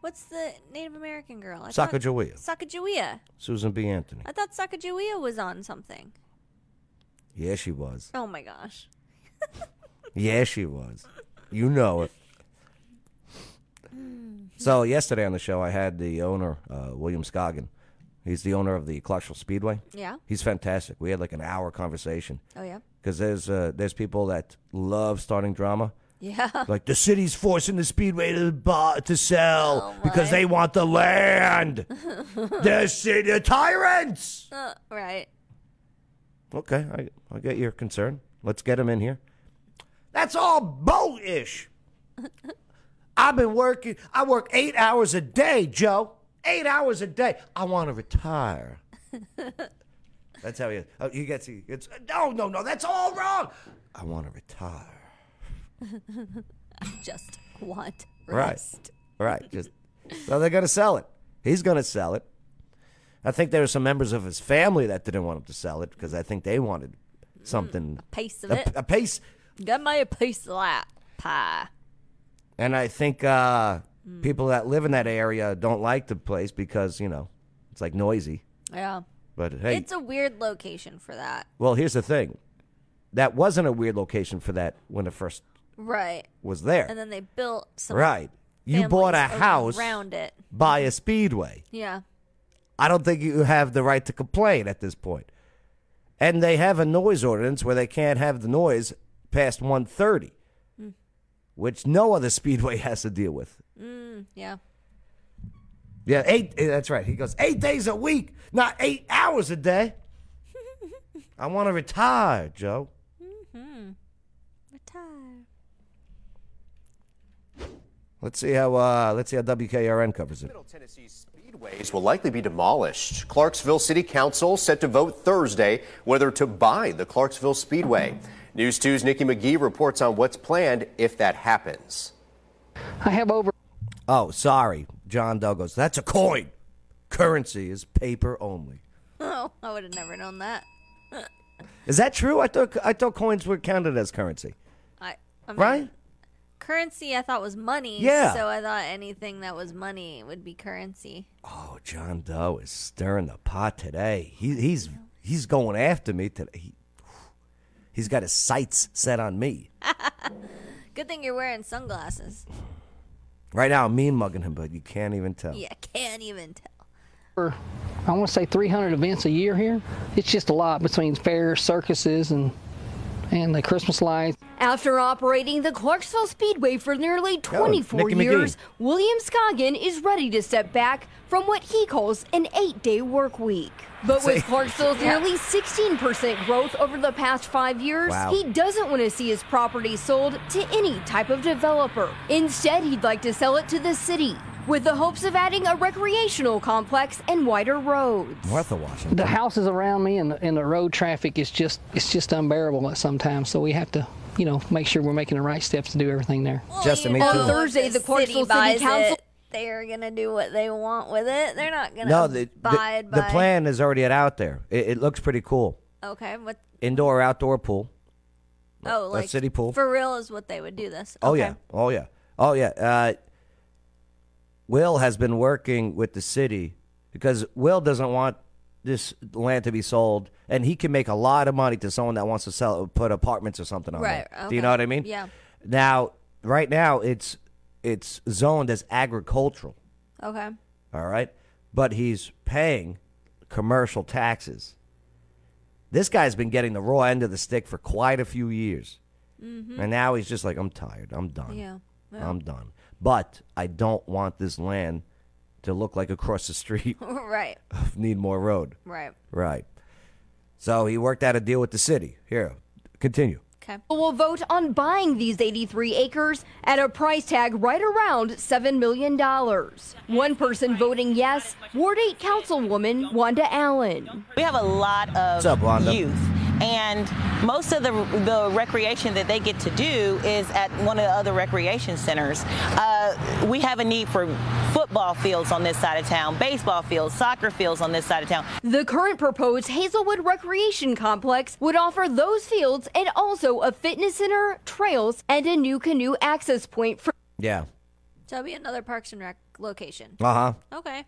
S2: What's the Native American girl? I thought-
S1: Sacagawea.
S2: Sacagawea.
S1: Susan B. Anthony.
S2: I thought Sacagawea was on something.
S1: Yeah, she was.
S2: Oh my gosh.
S1: Yeah, she was. You know it. So yesterday on the show, I had the owner, uh, William Scoggin. He's the owner of the Clarksville Speedway.
S2: Yeah.
S1: He's fantastic. We had like an hour conversation
S2: Oh yeah.
S1: because there's uh, there's people that love starting drama.
S2: Yeah.
S1: Like the city's forcing the speedway to buy, to
S2: Oh,
S1: sell because they want the land. the city the tyrants.
S2: Uh, right.
S1: Okay, I, I get your concern. Let's get him in here. That's all boatish. I've been working. I work eight hours a day, Joe. Eight hours a day. I want to retire. That's how he is. Oh, he gets he gets. No, no, no. That's all wrong. I want to retire.
S2: I just want
S1: Right.
S2: rest.
S1: Right. Just so they're gonna sell it. He's gonna sell it. I think there were some members of his family that didn't want him to sell it because I think they wanted something
S2: Mm, Piece of
S1: a,
S2: it.
S1: a piece
S2: Got my piece of that. pie.
S1: And I think uh,
S2: Mm.
S1: people that live in that area don't like the place because you know it's like noisy.
S2: Yeah.
S1: But hey,
S2: It's a weird location for that.
S1: well, here's the thing. That wasn't a weird location for that when it first
S2: Right.
S1: was there.
S2: And then they built some
S1: right. You bought a
S2: families
S1: house
S2: around Mhm. it.
S1: by a speedway.
S2: Yeah.
S1: I don't think you have the right to complain at this point. And they have a noise ordinance where they can't have the noise past 130,
S2: Mm.
S1: which no other speedway has to deal with.
S2: Mm, yeah.
S1: Yeah, eight. eh, That's right. He goes eight days a week, not eight hours a day. I want to retire, Joe.
S2: Mm-hmm. Retire.
S1: Let's see how. Uh, let's see how WKRN covers it.
S12: ways will likely be demolished. Clarksville City Council set to vote Thursday whether to buy the Clarksville Speedway. News 2's Nikki McGee reports on what's planned if that happens.
S1: I have over. Oh, sorry, John Douglas. That's a coin. Currency is paper only.
S2: Oh, I would have never known that.
S1: Is that true? I thought I thought coins were counted as currency,
S2: I, I mean,
S1: right?
S2: Currency, I thought was money.
S1: Yeah.
S2: So I thought anything that was money would be currency.
S1: Oh, John Doe is stirring the pot today. He, he's he's going after me today. He, he's got his sights set on me.
S2: Good thing you're wearing sunglasses.
S1: Right now, I'm mean mugging him, but you can't even tell.
S2: Yeah, can't even tell.
S13: for, I want to say 300 events a year here. It's just a lot between fairs, circuses, and and the Christmas lights.
S14: After operating the Clarksville Speedway for nearly 24
S13: Nicky McGee.
S14: years, William Scoggin is ready to step back from what he calls an eight day work week. But
S15: See?
S14: with Clarksville's
S15: Yeah.
S14: nearly 16% growth over the past five years,
S15: Wow.
S14: he doesn't want to see his property sold to any type of developer. Instead, he'd like to sell it to the city with the hopes of adding a recreational complex and wider roads.
S1: Martha Washington.
S13: The houses around me and the, and the road traffic is just it's just unbearable at sometimes. So we have to you know make sure we're making the right steps to do everything there.
S1: Justin, me
S14: On
S1: too.
S14: Thursday, the Clarksville City,
S2: buys
S14: Council.
S2: it, they're gonna do what they want with it. They're not gonna
S1: No, the, the,
S2: abide
S1: the
S2: by.
S1: plan is already out there. It, it looks pretty cool.
S2: Okay, what?
S1: Indoor, outdoor pool.
S2: Oh,
S1: a
S2: like
S1: city pool.
S2: for real is what they would do. This.
S1: Oh yeah. Oh yeah. Oh yeah. Uh, Will has been working with the city because Will doesn't want this land to be sold, and he can make a lot of money to someone that wants to sell, put apartments or something on
S2: Right,
S1: it. Do you
S2: okay.
S1: know what I mean?
S2: Yeah.
S1: Now, right now, it's it's zoned as agricultural.
S2: Okay.
S1: All right, but he's paying commercial taxes. This guy's been getting the raw end of the stick for quite a few years.
S2: Mm-hmm.
S1: And now he's just like, I'm tired. I'm done.
S2: Yeah, yeah.
S1: I'm done. But I don't want this land to look like across the street
S2: right.
S1: of Needmore Road.
S2: Right.
S1: Right. So he worked out a deal with the city. Here, continue.
S14: Okay. Will vote on buying these 83 acres at a price tag right around $7 million. One person voting yes, Ward 8 Councilwoman Wanda Allen.
S16: We have a lot of
S14: What's up, Wanda?
S16: youth, and most of the the recreation that they get to do is at one of the other recreation centers. Uh, we have a need for football fields on this side of town, baseball fields, soccer fields on this side of town.
S14: The current proposed Hazelwood Recreation Complex would offer those fields and also a fitness center, trails, and a new canoe access point for.
S1: Yeah.
S2: So it'll be another Parks and Rec location.
S1: Uh huh.
S2: Okay.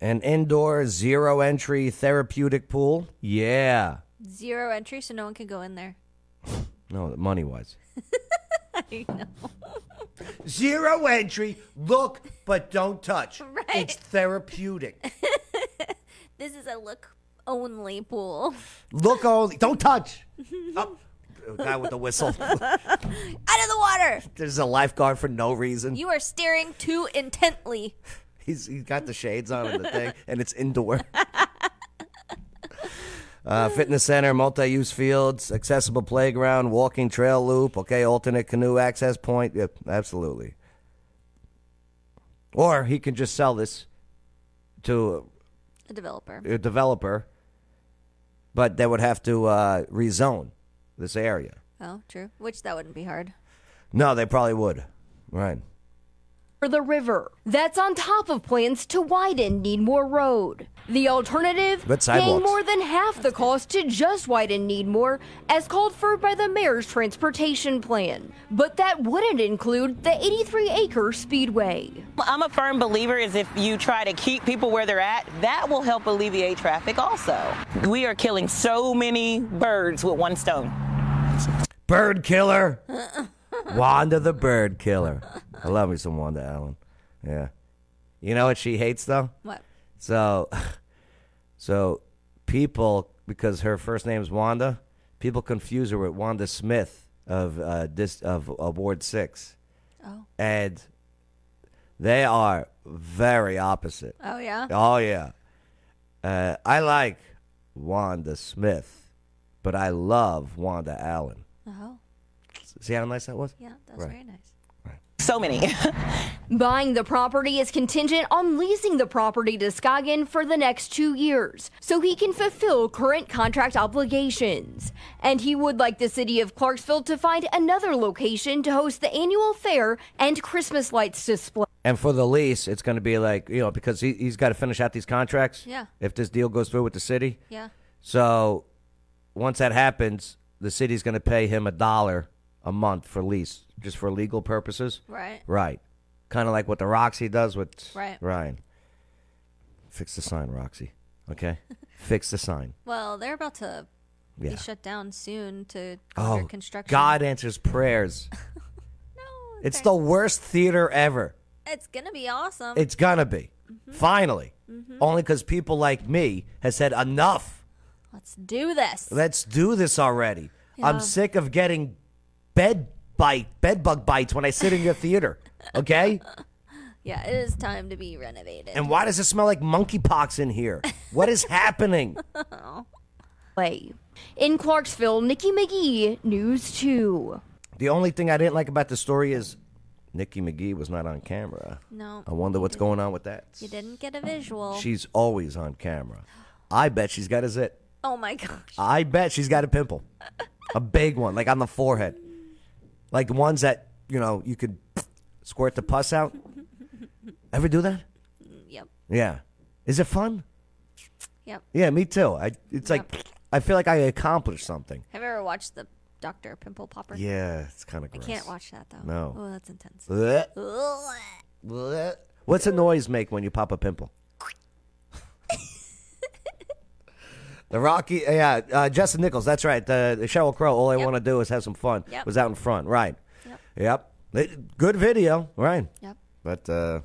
S1: An indoor, zero entry therapeutic pool. Yeah.
S2: Zero entry, so no one can go in there.
S1: No, money wise.
S2: I know.
S1: Zero entry. Look, but don't touch.
S2: Right.
S1: It's therapeutic.
S2: This is a look only pool.
S1: Look only. Don't touch. Guy with Oh, the whistle.
S2: Out of the water.
S1: There's a lifeguard for no reason.
S2: You are staring too intently.
S1: He's he's got the shades on and the thing, and it's indoor. Uh, fitness center, multi-use fields, accessible playground, walking trail loop. Okay, alternate canoe access point. Yep, absolutely. Or he can just sell this to
S2: A developer.
S1: a developer, but they would have to uh, rezone this area.
S2: Oh, true. Which that wouldn't be hard.
S1: No, they probably would. Right.
S14: for the river. That's on top of plans to widen Needmore Road. The alternative,
S1: But
S14: paying
S1: sidewalks.
S14: more than half the cost to just widen Needmore, as called for by the mayor's transportation plan. But that wouldn't include the 83 acre speedway.
S16: I'm a firm believer is if you try to keep people where they're at, that will help alleviate traffic also. We are killing so many birds with one stone.
S1: Bird killer. Wanda the bird killer. I love me some Wanda Allen. Yeah. You know what she hates though?
S2: What?
S1: So so people because her first name's Wanda, people confuse her with Wanda Smith of uh dis, of, of Ward 6.
S2: Oh.
S1: And they are very opposite.
S2: Oh, yeah?
S1: Oh yeah. Uh, I like Wanda Smith, but I love Wanda Allen.
S2: Oh,
S1: See how nice that was?
S2: yeah, that's
S1: Right.
S2: very nice.
S16: So many.
S14: Buying the property is contingent on leasing the property to Scoggin for the next two years so he can fulfill current contract obligations. And he would like the city of Clarksville to find another location to host the annual fair and Christmas lights display.
S1: And for the lease, it's going to be like you know because he he's got to finish out these contracts.
S14: Yeah.
S1: If this deal goes through with the city.
S2: Yeah.
S1: So, once that happens, the city's going to pay him a dollar a month for lease, just for legal purposes.
S2: Right.
S1: Right. Kind of like what the Roxy does with
S2: Right.
S1: Ryan. Fix the sign, Roxy. Okay. Fix the sign.
S2: Well, they're about to
S1: Yeah.
S2: be shut down soon to
S1: Oh,
S2: under construction.
S1: God answers prayers. no. It's the worst theater ever.
S2: It's going to be awesome.
S1: It's gonna be finally, only because people like me has said enough.
S2: Let's do this.
S1: Let's do this already.
S2: Yeah.
S1: I'm sick of getting bed bite bed bug bites when I sit in your theater. Okay,
S2: Yeah, it is time to be renovated.
S1: and why does it smell like monkeypox in here? What is happening?
S14: Play. In Clarksville, Nikki McGee, News 2.
S1: The only thing I didn't like about the story is Nikki McGee was not on camera.
S2: No,
S1: I wonder what's going on with that.
S2: you didn't get a visual.
S1: She's always on camera. I bet she's got a zit.
S2: Oh my gosh.
S1: I bet she's got a pimple, a big one, like on the forehead, like ones that you know you could squirt the pus out. Ever do that?
S2: Mm, Yep.
S1: Yeah. Is it fun?
S2: Yep.
S1: Yeah, me too. I it's like I feel like I accomplished something.
S2: Have you ever watched the Doctor Pimple Popper?
S1: Yeah, it's kind of
S2: I
S1: gross.
S2: can't watch that though.
S1: No.
S2: Oh, that's intense.
S1: Blech.
S2: Ugh.
S1: Blech. What's a noise make when you pop a pimple? the Rocky, yeah, uh, Justin Nichols. That's right. The, the Cheryl Crow. All I want to do is have some fun.
S2: Yep.
S1: Was out in front, right?
S2: Yep.
S1: Yep. It- good video, right?
S2: Yep.
S1: But uh,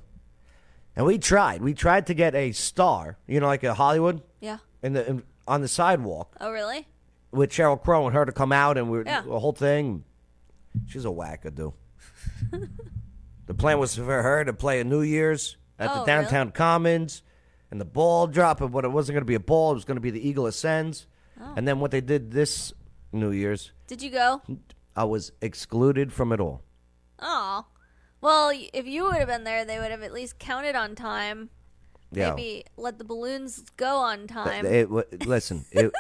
S1: and we tried. We tried to get a star. You know, like a Hollywood
S2: Yeah.
S1: in the in, on the sidewalk
S2: Oh, really?
S1: with Cheryl Crow and her to come out and we
S2: Yeah.
S1: the whole thing. She's a wackadoo. the plan was for her to play a New Year's at
S2: Oh,
S1: the downtown
S2: really?
S1: Commons, and the ball drop. But it wasn't going to be a ball; it was going to be the Eagle Ascends.
S2: Oh.
S1: And then what they did this New Year's,
S2: Did you go?
S1: I was excluded from it all.
S2: Oh. Well, y- if you would have been there, they would have at least counted on time.
S1: Yeah.
S2: Maybe let the balloons go on time.
S1: Th- It, wa- listen, it,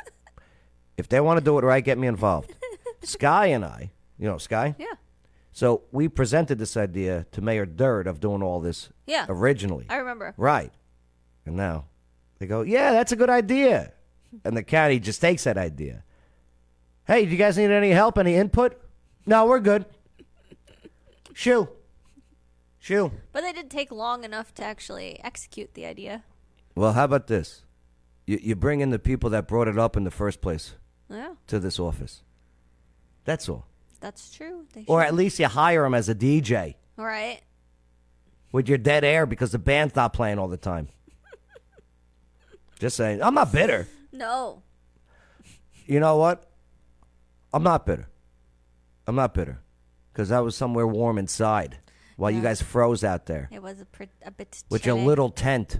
S1: if they want to do it right, get me involved. Sky and I, you know, Sky.
S2: Yeah.
S1: So we presented this idea to Mayor Dirt of doing all this.
S2: Yeah.
S1: Originally.
S2: I remember.
S1: Right. And now they go, yeah, that's a good idea, and the county just takes that idea. Hey, do you guys need any help? Any input? No, we're good. Shoo. Shoo.
S2: But they did take long enough to actually execute the idea.
S1: Well, how about this? You, you bring in the people that brought it up in the first place
S2: Yeah.
S1: to this office. That's all.
S2: That's true. They
S1: Or
S2: should.
S1: at least you hire him as a DJ
S2: All right.
S1: with your dead air because the band's not playing all the time. Just saying. I'm not bitter.
S2: No.
S1: You know what? I'm not bitter. I'm not bitter because I was somewhere warm inside while you guys froze out there
S2: It was a, pret a bit.
S1: with your
S2: chilly.
S1: little tent.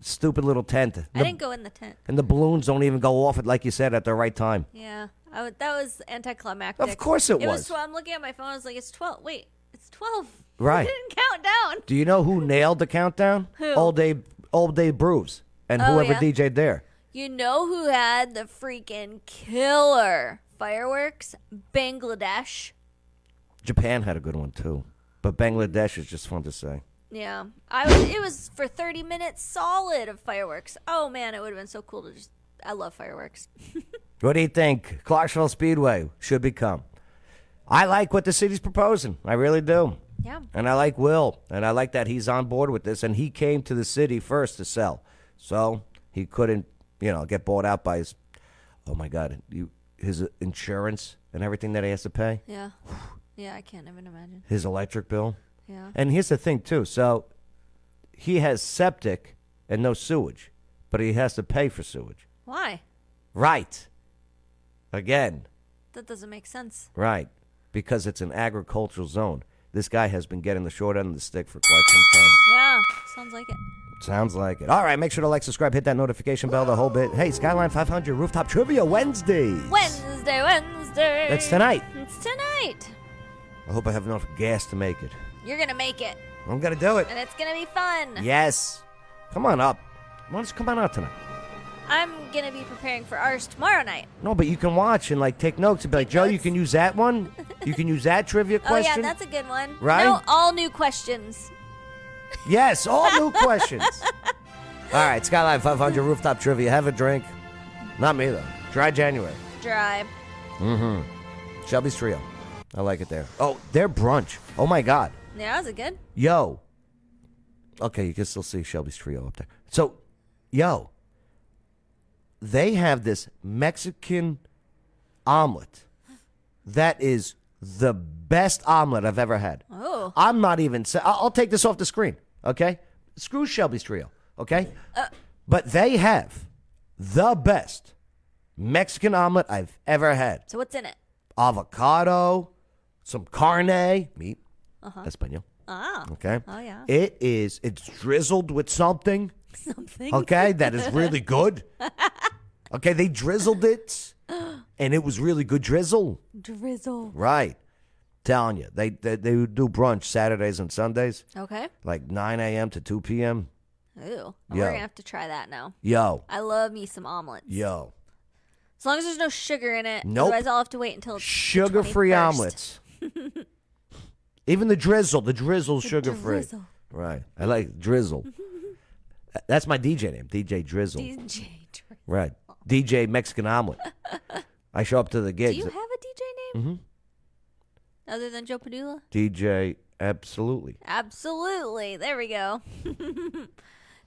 S1: Stupid little tent.
S2: I
S1: The-
S2: didn't go in the tent.
S1: And the balloons don't even go off at, like you said, at the right time.
S2: Yeah, I would, that was anticlimactic.
S1: Of course it was.
S2: tw- I'm looking at my phone. I was like, it's twelve. Wait, it's twelve.
S1: Right.
S2: It didn't count down.
S1: Do you know who nailed the countdown?
S2: Who?
S1: Old Dave, Old Dave Brews, and
S2: Oh,
S1: whoever
S2: yeah.
S1: DJ'd there.
S2: You know who had the freaking killer fireworks? Bangladesh.
S1: Japan had a good one too. But Bangladesh is just fun to say.
S2: Yeah, I was. It was for thirty minutes solid of fireworks. Oh man, it would have been so cool to just. I love fireworks.
S1: What do you think? Clarksville Speedway should become. I like what the city's proposing. I really do.
S2: Yeah.
S1: And I like Will. And I like that he's on board with this. And he came to the city first to sell. So he couldn't, you know, get bought out by his, oh my God, you, his insurance and everything that he has to pay,
S2: Yeah, yeah. I can't even imagine.
S1: his electric bill.
S2: Yeah.
S1: And here's the thing, too. So he has septic and no sewage, but he has to pay for sewage.
S2: Why?
S1: Right. Again,
S2: That doesn't make sense.
S1: Right. Because it's an agricultural zone. This guy has been getting the short end of the stick for quite some time.
S2: Yeah, sounds like it.
S1: Sounds like it. All right, make sure to like, subscribe, hit that notification bell, the whole bit. Hey, Skyline 500 Rooftop Trivia Wednesday.
S2: Wednesday, Wednesday.
S1: That's tonight.
S2: It's tonight.
S1: I hope I have enough gas to make it.
S2: You're gonna make it,
S1: I'm going to do it.
S2: and it's gonna be fun.
S1: Yes. Come on up. Why don't you come on out tonight?
S2: I'm gonna be preparing for ours tomorrow night.
S1: No, but you can watch and like take notes and be like, Joe, you can use that one. You can use that trivia question.
S2: Oh yeah, that's a good one.
S1: Right?
S2: No, all new questions.
S1: Yes, all new questions. All right, Skyline 500 Rooftop Trivia. Have a drink. Not me, though. Dry January.
S2: Dry.
S1: Mm hmm. Shelby's Trio. I like it there. Oh, their brunch. Oh, my God.
S2: Yeah, is it good?
S1: Yo. Okay, you can still see Shelby's Trio up there. So, yo. They have this Mexican omelet that is the best omelet I've ever had.
S2: Oh.
S1: I'm not even. sa- I'll I'll take this off the screen. Okay. Screw Shelby's trio. Okay.
S2: Uh.
S1: but they have the best Mexican omelet I've ever had.
S2: So what's in it?
S1: Avocado, some carne meat,
S2: Uh-huh.
S1: espanol.
S2: Ah.
S1: Okay.
S2: Oh yeah.
S1: It is. It's drizzled with something.
S2: Something.
S1: Okay, that is really good. Okay, they drizzled it, and it was really good drizzle.
S2: Drizzle.
S1: Right. Telling you, they they, they would do brunch Saturdays and Sundays,
S2: Okay.
S1: like 9 a.m. to 2 p.m.
S2: Ooh.
S1: Yo.
S2: We're gonna have to try that now.
S1: Yo.
S2: I love me some omelets.
S1: Yo,
S2: As long as there's no sugar in it.
S1: Nope.
S2: Otherwise, I'll have to wait until it's the
S1: sugar free
S2: 21st.
S1: omelets. Even the drizzle, the drizzle, sugar free.
S2: drizzle.
S1: Right. I like drizzle. That's my DJ name, DJ Drizzle.
S2: DJ.
S1: Right. DJ Mexican omelet. I show up to the
S2: Do
S1: gigs.
S2: you have a DJ name
S1: hmm
S2: other than Joe Padula?
S1: DJ, absolutely.
S2: Absolutely. There we go.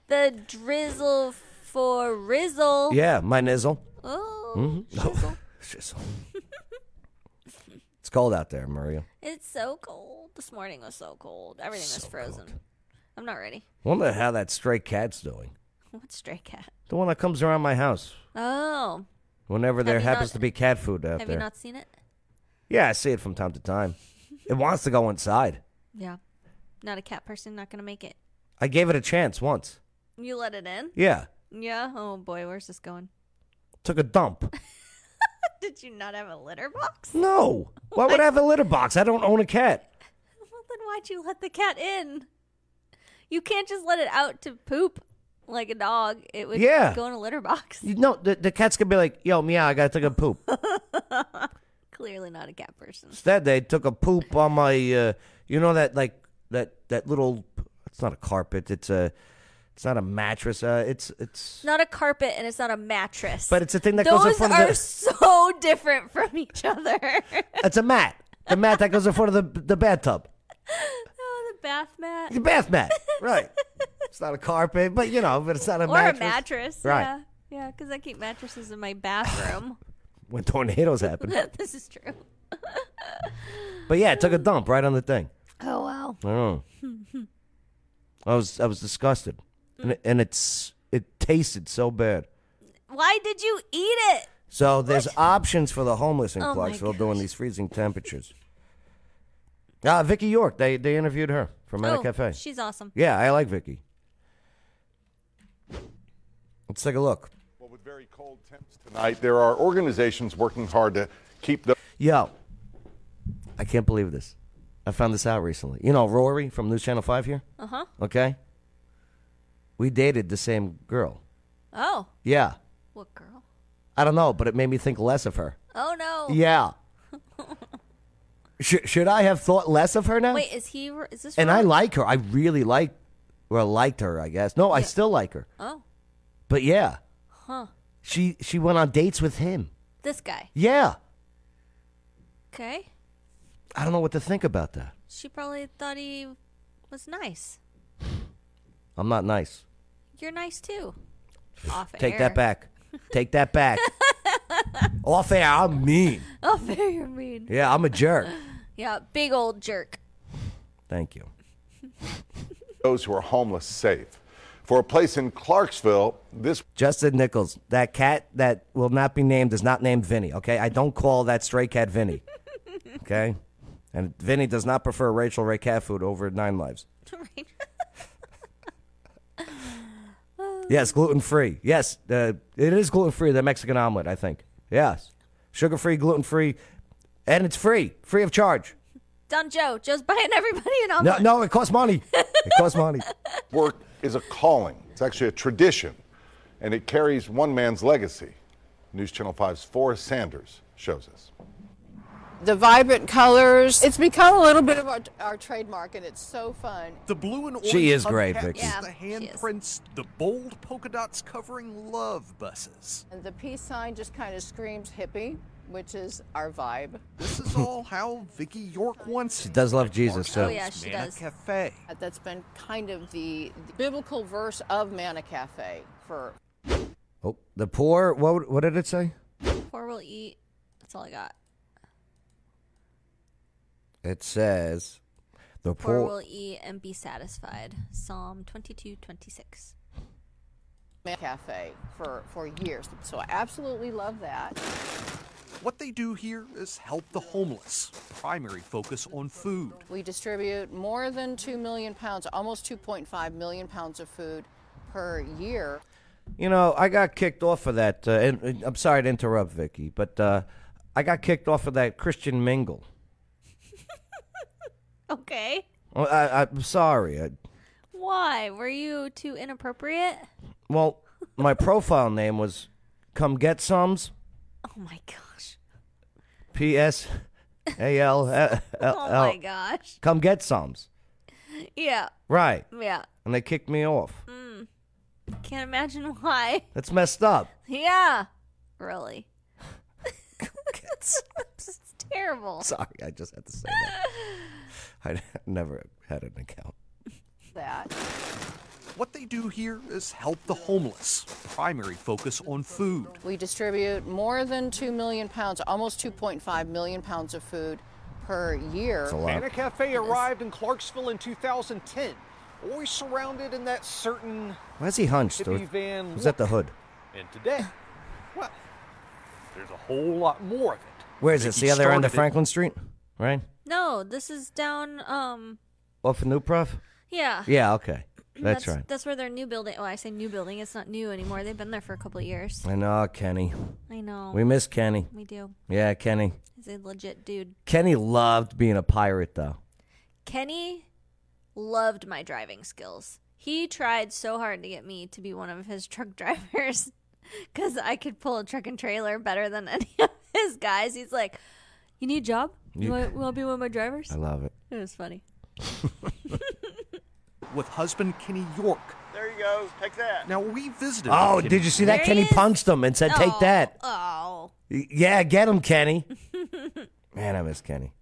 S2: the drizzle for rizzle.
S1: Yeah, my nizzle.
S2: Oh,
S1: Shizzle. shizzle. it's cold out there, Maria.
S2: It's so cold. This morning was so cold. Everything was frozen. I'm not ready.
S1: Wonder how that stray cat's doing.
S2: What stray cat?
S1: The one that comes around my house
S2: Oh,
S1: whenever there
S2: you not-
S1: happens to be cat food out
S2: have
S1: there.
S2: you not seen it?
S1: Yeah, I see it from time to time. It wants to go inside.
S2: Yeah. Not a cat person. Not gonna make it.
S1: I gave it a chance once.
S2: You let it in?
S1: Yeah.
S2: Yeah. Oh boy, where's this going?
S1: Took a dump.
S2: Did you not have a litter box?
S1: No. Why would I have a litter box? I don't own a cat.
S2: Well, then why'd you let the cat in? You can't just let it out to poop like a dog. It would
S1: Yeah.
S2: go in a litter box.
S1: You know, the, the cat's gonna be like, yo, meow, I gotta take a poop.
S2: Clearly not a cat person.
S1: Instead, they took a poop on my, uh, you know that like that that little. It's not a carpet. It's a. It's not a mattress. Uh, it's it's.
S2: It's not a carpet and it's not a mattress.
S1: But it's a thing that
S2: Those
S1: goes in front of
S2: are
S1: the-
S2: so different from each other.
S1: It's a mat. The mat that goes in front of the the bathtub.
S2: oh, the bath mat.
S1: The bath mat. Right. It's not a carpet, but you know, but it's not a
S2: or
S1: mattress.
S2: a mattress.
S1: Right.
S2: Yeah. Yeah, because I keep mattresses in my bathroom.
S1: When tornadoes happen.
S2: this is true.
S1: but yeah, it took a dump right on the thing.
S2: Oh, wow.
S1: I don't know. I was I was disgusted, and it, and it's it tasted so bad.
S2: Why did you eat it?
S1: So there's options for the homeless in
S2: Oh my
S1: Clarksville during these freezing temperatures. Uh, Vicky York, they they interviewed her from Meta
S2: Oh,
S1: Cafe.
S2: she's awesome.
S1: Yeah, I like Vicky. Let's take a look.
S15: Well, with very cold temps tonight, there are organizations working hard to keep the.
S1: Yo, I can't believe this. I found this out recently. You know Rory from News Channel Five here.
S2: Uh huh.
S1: Okay. We dated the same girl.
S2: Oh.
S1: Yeah.
S2: What girl?
S1: I don't know, but it made me think less of her.
S2: Oh, no.
S1: Yeah. Sh- should I have thought less of her now?
S2: Wait, is he? Is this?
S1: and I
S2: wrong?
S1: like her. I really like, well, liked her. I guess. No, I still like her.
S2: Oh,
S1: But yeah,
S2: huh.
S1: she she went on dates with him.
S2: This guy.
S1: Yeah,
S2: Okay.
S1: I don't know what to think about that.
S2: She probably thought he was nice.
S1: I'm not nice.
S2: You're nice too. Off
S1: Take
S2: air.
S1: that back. Take that back. Off air, I'm mean.
S2: Off air, you're mean.
S1: Yeah, I'm a jerk.
S2: Yeah, big old jerk.
S1: Thank you.
S15: Those who are homeless safe. For a place in Clarksville, this
S1: Justin Nichols, that cat that will not be named is not named Vinny, okay? I don't call that stray cat Vinny, okay? And Vinny does not prefer Rachel Ray cat food over Nine Lives. Yes, gluten free. Yes, uh, it is gluten free, the Mexican omelet, I think. Yes. Sugar free, gluten free, and it's free, free of charge.
S2: Done, Joe. Joe's buying everybody an
S1: No,
S2: omelet.
S1: no, it costs money. It costs money.
S15: work is a calling. It's actually a tradition, and it carries one man's legacy. News Channel 5's Forrest Sanders shows us.
S17: the vibrant colors. It's become a little bit of our, our trademark, and it's so fun.
S18: The blue and orange
S1: She is great,
S18: hubcaps,
S1: Vicky. Yeah,
S18: the handprints, the bold polka dots covering love buses.
S17: And the peace sign just kind of screams hippie, which is our vibe.
S18: This is all how Vicky York wants.
S1: She does love Jesus,
S17: Oh,
S1: too.
S18: Manna Cafe.
S17: That's been kind of the, the biblical verse of Mana Cafe for
S1: Oh, the poor, what, what did it say?
S2: Poor will eat. That's all I got.
S1: It says, the
S2: Poor,
S1: poor.
S2: will eat and be satisfied. Psalm twenty-two, twenty-six.
S17: Mana Cafe for, for years. So I absolutely love that.
S18: What they do here is help the homeless. Primary focus on food.
S17: We distribute more than 2 million pounds, almost 2.5 million pounds of food per year.
S1: You know, I got kicked off of that. Uh, and, and I'm sorry to interrupt, Vicky, but uh, I got kicked off of that Christian mingle.
S2: Okay.
S1: Well, I, I'm sorry. I,
S2: Why? Were you too inappropriate?
S1: well, my profile name was "Come Get Some's."
S2: Oh my gosh.
S1: P S A L L.
S2: Oh my gosh.
S1: Come get some's.
S2: Yeah.
S1: Right.
S2: Yeah.
S1: And they kicked me off.
S2: Mm. Can't imagine why.
S1: That's messed up.
S2: Yeah. Really. it's terrible.
S1: Sorry, I just had to say that. I never had an account.
S17: That.
S18: What they do here is help the homeless. Primary focus on food.
S17: We distribute more than 2 million pounds, almost 2.5 million pounds of food per year.
S10: Manna Cafe arrived in Clarksville in 2010, always surrounded in that certain.
S1: Why's he hunched? Or
S10: hippie Van
S1: was that the
S10: look.
S1: hood?
S10: And today, well, there's a whole lot more of it.
S1: Where is it? It's the other end of Franklin Street, right?
S2: No, this is down. Um.
S1: Off of New Prof.
S2: Yeah.
S1: Yeah. Okay. That's, right.
S2: That's where their new building. Oh, I say new building. It's not new anymore. They've been there for a couple of years.
S1: I know, uh, Kenny.
S2: I know.
S1: We miss Kenny.
S2: We do.
S1: Yeah, Kenny.
S2: He's a legit dude.
S1: Kenny loved being a pirate, though.
S2: Kenny loved my driving skills. He tried so hard to get me to be one of his truck drivers because I could pull a truck and trailer better than any of his guys. He's like, "You need a job? You
S18: You-
S2: want, want to be one of my drivers?"
S18: I love it.
S2: It was funny.
S18: With husband Kenny York.
S19: There you go. Take that.
S18: Now we visited. with
S1: Oh,
S18: Kenny.
S1: did you see that? Kenny punched him and said, "Take that."
S2: Oh.
S1: Y- Yeah, get him, Kenny. Man, I miss Kenny.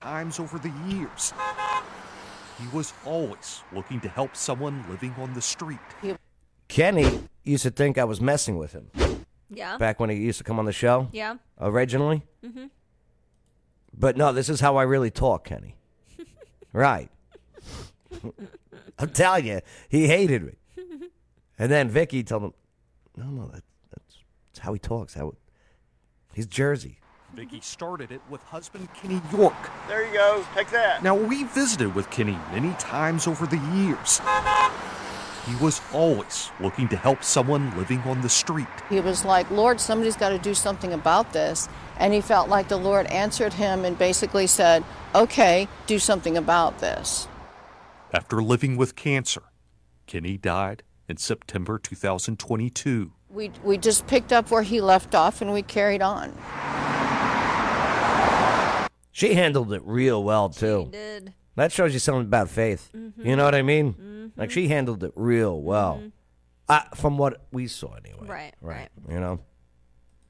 S18: times over the years. He was always looking to help someone living on the street.
S1: Kenny used to think I was messing with him
S2: Yeah.
S1: back when he used to come on the show.
S2: Yeah.
S1: Originally,
S2: Mm-hmm.
S1: but no, this is how I really talk, Kenny. right. I'm telling you, he hated me. And then Vicky told him, "No, no, that, that's, that's how he talks. How he's Jersey."
S18: Vicky started it with husband Kenny York.
S19: There you go. Take that.
S18: Now we visited with Kenny many times over the years. He was always looking to help someone living on the street.
S17: He was like, Lord, somebody's got to do something about this. And he felt like the Lord answered him and basically said, okay, do something about this.
S18: After living with cancer, Kenny died in September 2022.
S17: We, we just picked up where he left off and we carried on.
S1: She handled it real well too.
S2: did.
S1: That shows you something about faith. You know what I mean? Like she handled it real well, uh, from what we saw anyway.
S2: Right,
S1: right. You know.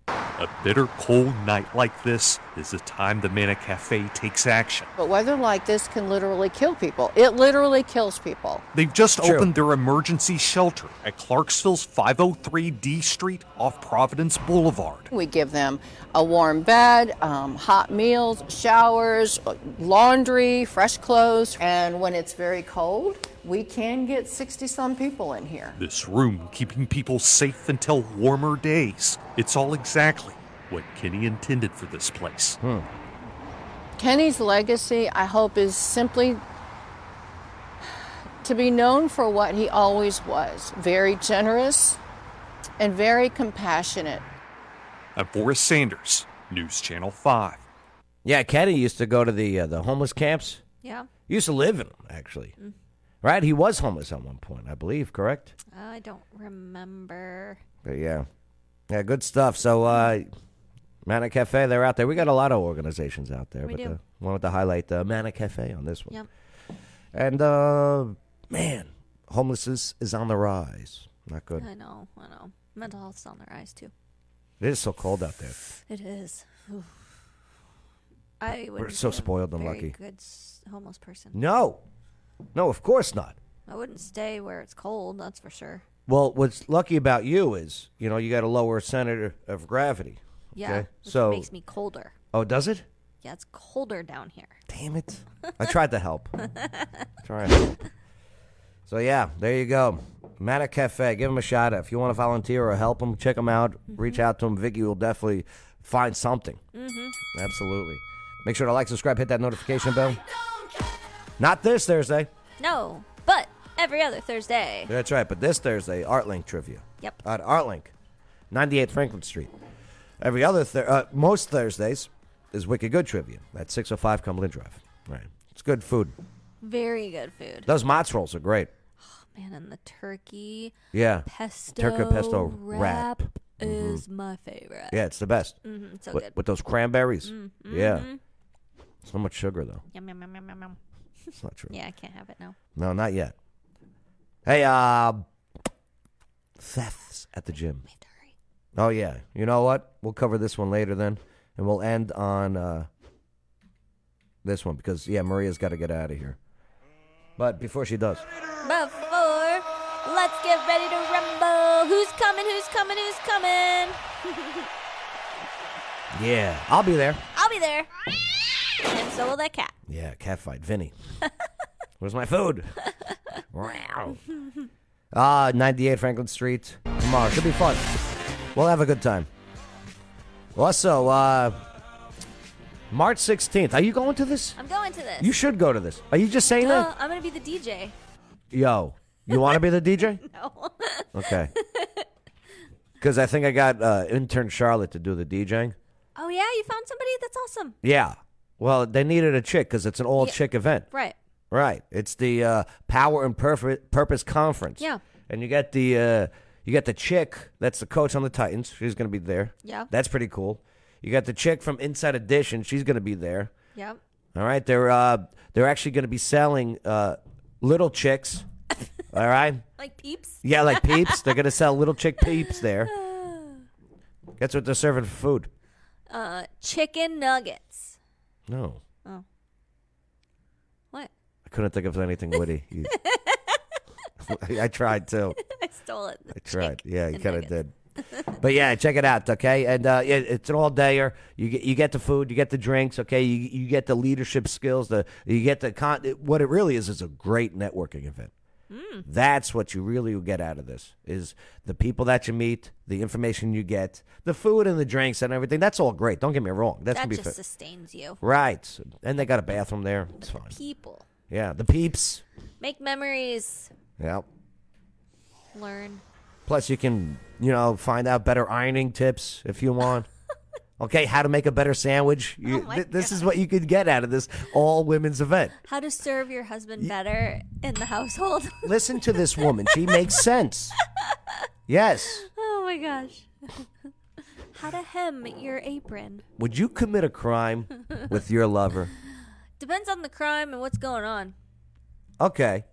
S18: A bitter cold night like this is the time the Mana Cafe takes action.
S17: But weather like this can literally kill people. It literally kills people.
S18: They've just
S17: True.
S18: opened their emergency shelter at Clarksville's 503D Street off Providence Boulevard.
S17: We give them a warm bed, um, hot meals, showers, laundry, fresh clothes. And when it's very cold, we can get 60 some people in here.
S18: This room keeping people safe until warmer days. It's all exactly what Kenny intended for this place.
S17: Kenny's legacy, I hope, is simply to be known for what he always was very generous and very compassionate.
S18: I'm Boris Sanders, News Channel 5.
S1: Yeah, Kenny used to go to the uh, the homeless camps.
S2: Yeah.
S1: He used to live in them actually.
S2: Mm.
S1: Right? He was homeless at one point, I believe. Correct?
S2: Uh, I don't remember.
S1: But yeah, yeah, good stuff. So, uh, Mana Cafe, they're out there. We got a lot of organizations out there,
S2: We
S1: but
S2: do.
S1: the one with the highlight, uh, Mana Cafe, on this one.
S2: Yep.
S1: And uh, man, homelessness is on the rise. Not good.
S2: I know. I know. Mental health's on their eyes too.
S1: It is so cold out there.
S2: It is. Oof. I would.
S1: We're so spoiled and lucky.
S2: Good s- homeless person.
S1: No, no, of course not.
S2: I wouldn't stay where it's cold. That's for sure.
S1: Well, what's lucky about you is you know you got a lower center of gravity.
S2: Yeah.
S1: Okay?
S2: Which
S1: so
S2: makes me colder.
S1: Oh, does it?
S2: Yeah, it's colder down here.
S1: Damn it. I tried to help. Try to help. So yeah, there you go. Matta Cafe, give them a shout out. If you want to volunteer or help them, check them out. Reach out to them. Vicky will definitely find something.
S2: Mhm.
S1: Absolutely. Make sure to like, subscribe, hit that notification bell. Not this Thursday.
S2: No, but every other Thursday.
S1: That's right, but this Thursday, ArtLink trivia.
S2: Yep.
S1: At ArtLink, 98 Franklin Street. Every other, Thur- uh, most Thursdays is Wicked Good trivia at 605 Cumberland Drive. Right. It's good food.
S2: Very good food. Oh,
S1: Those Mott's rolls are great.
S2: Man, and the turkey.
S1: Yeah.
S2: Pesto.
S1: Turkey pesto
S2: wrap,
S1: wrap. Mhm.
S2: is my favorite.
S1: Yeah, it's the best.
S2: Mhm, so
S1: with,
S2: good.
S1: with those cranberries.
S2: Mm,
S1: Yeah.
S2: mhm.
S1: So much sugar, though.
S2: Yum yum yum yum yum yum.
S1: It's not true.
S2: Yeah, I can't have it now.
S1: No, not yet. Hey, uh, thefts at the gym. Oh, yeah. You know what? We'll cover this one later then. And we'll end on uh, this one because, yeah, Maria's got to get out of here. But before she does,
S2: Before, let's get ready to rumble. Who's coming? Who's coming? Who's coming?
S1: yeah, I'll be there.
S2: I'll be there. And so will that cat.
S1: Yeah, cat fight. Vinny. Where's my food? Wow. Ah, 98 Franklin Street. Tomorrow. Should be fun. We'll have a good time. Also, uh, March 16th. Are you going to this?
S2: I'm going to this. Oh.
S1: You should go to this. Are you just saying
S2: Duh,
S1: that?
S2: I'm gonna be the DJ.
S1: Yo, you want to be the DJ?
S2: No.
S1: Okay. Because I think I got uh, intern Charlotte to do the DJing.
S2: oh yeah, you found somebody. That's awesome.
S1: Yeah. Well, they needed a chick because it's an all
S2: Yeah.
S1: chick event.
S2: Right.
S1: Right. It's the uh, Power and Purf- Purpose Conference.
S2: Yeah.
S1: And you got the uh, you got the chick that's the coach on the Titans. She's going to be there.
S2: Yeah.
S1: That's pretty cool. You got the chick from Inside Edition. She's going to be there.
S2: Yep.
S1: All right. They're uh, they're actually going to be selling uh, little chicks. all right.
S2: Like peeps.
S1: Yeah, like peeps. they're going to sell little chick peeps there. That's what they're serving for food.
S2: Uh, chicken nuggets.
S1: No,
S2: Oh. What?
S1: I couldn't think of anything witty. You- I tried too.
S2: I stole it.
S1: I tried. Yeah, you kind of did. but yeah, check it out, okay? And uh, yeah, it's an all dayer. You get you get the food, you get the drinks, okay? You you get the leadership skills. The you get the con. it- what it really is is a great networking event. Hmm.
S2: Mm.
S1: That's what you really will get out of this is the people that you meet, the information you get, the food and the drinks and everything. That's all great. Don't get me wrong. That's
S2: that
S1: gonna be
S2: just
S1: fa-
S2: sustains you.
S1: right. And they got a bathroom there. It's fine.
S2: People
S1: Yeah, the peeps.
S2: make memories.
S1: Yeah.
S2: Learn.
S1: Plus, you can, you know, find out better ironing tips if you want. okay, how to make a better sandwich.
S2: Oh
S1: You, th- this is what you could get out of this all women's event.
S2: How to serve your husband better in the household.
S1: Listen to this woman. She makes sense. Yes.
S2: oh my gosh. How to hem your apron.
S1: Would you commit a crime with your lover.
S2: Depends on the crime and what's going on.
S1: Okay.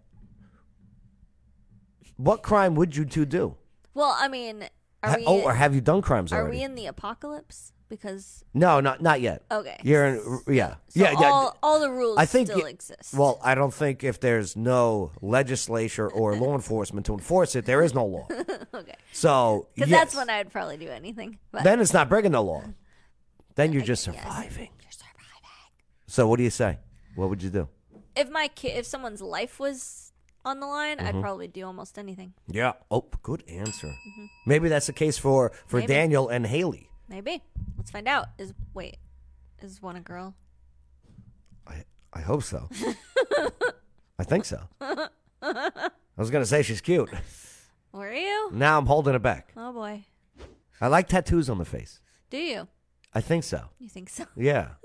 S1: What crime would you two do?
S2: Well, I mean, are
S1: Ha-
S2: we?
S1: oh, or have you done crimes
S2: Are
S1: already?
S2: we in the apocalypse? Because
S1: No, not not yet.
S2: Okay.
S1: You're in. Yeah.
S2: So
S1: yeah. Yeah.
S2: all- all the rules
S1: I think
S2: still
S1: y-
S2: exist.
S1: Well, I don't think if there's no legislature or law enforcement to enforce it, there is no law.
S2: okay,
S1: So
S2: because
S1: yes,
S2: that's when I'd probably do anything. But
S1: then it's not breaking the law. Then you're just surviving. You're surviving. So what do you say? What would you do?
S2: if my kid, if someone's life was on the line, I'd
S1: Mhm.
S2: probably do almost anything.
S1: Yeah. Oh, good answer.
S2: Mhm.
S1: Maybe that's the case for for
S2: Maybe.
S1: Daniel and Haley.
S2: Maybe. Let's find out. Is wait, is one a girl?
S1: I hope so. I think so. I was gonna say she's cute.
S2: Were you?
S1: Now I'm holding it back.
S2: Oh boy.
S1: I like tattoos on the face.
S2: Do you?
S1: I think so.
S2: You think so?
S1: Yeah.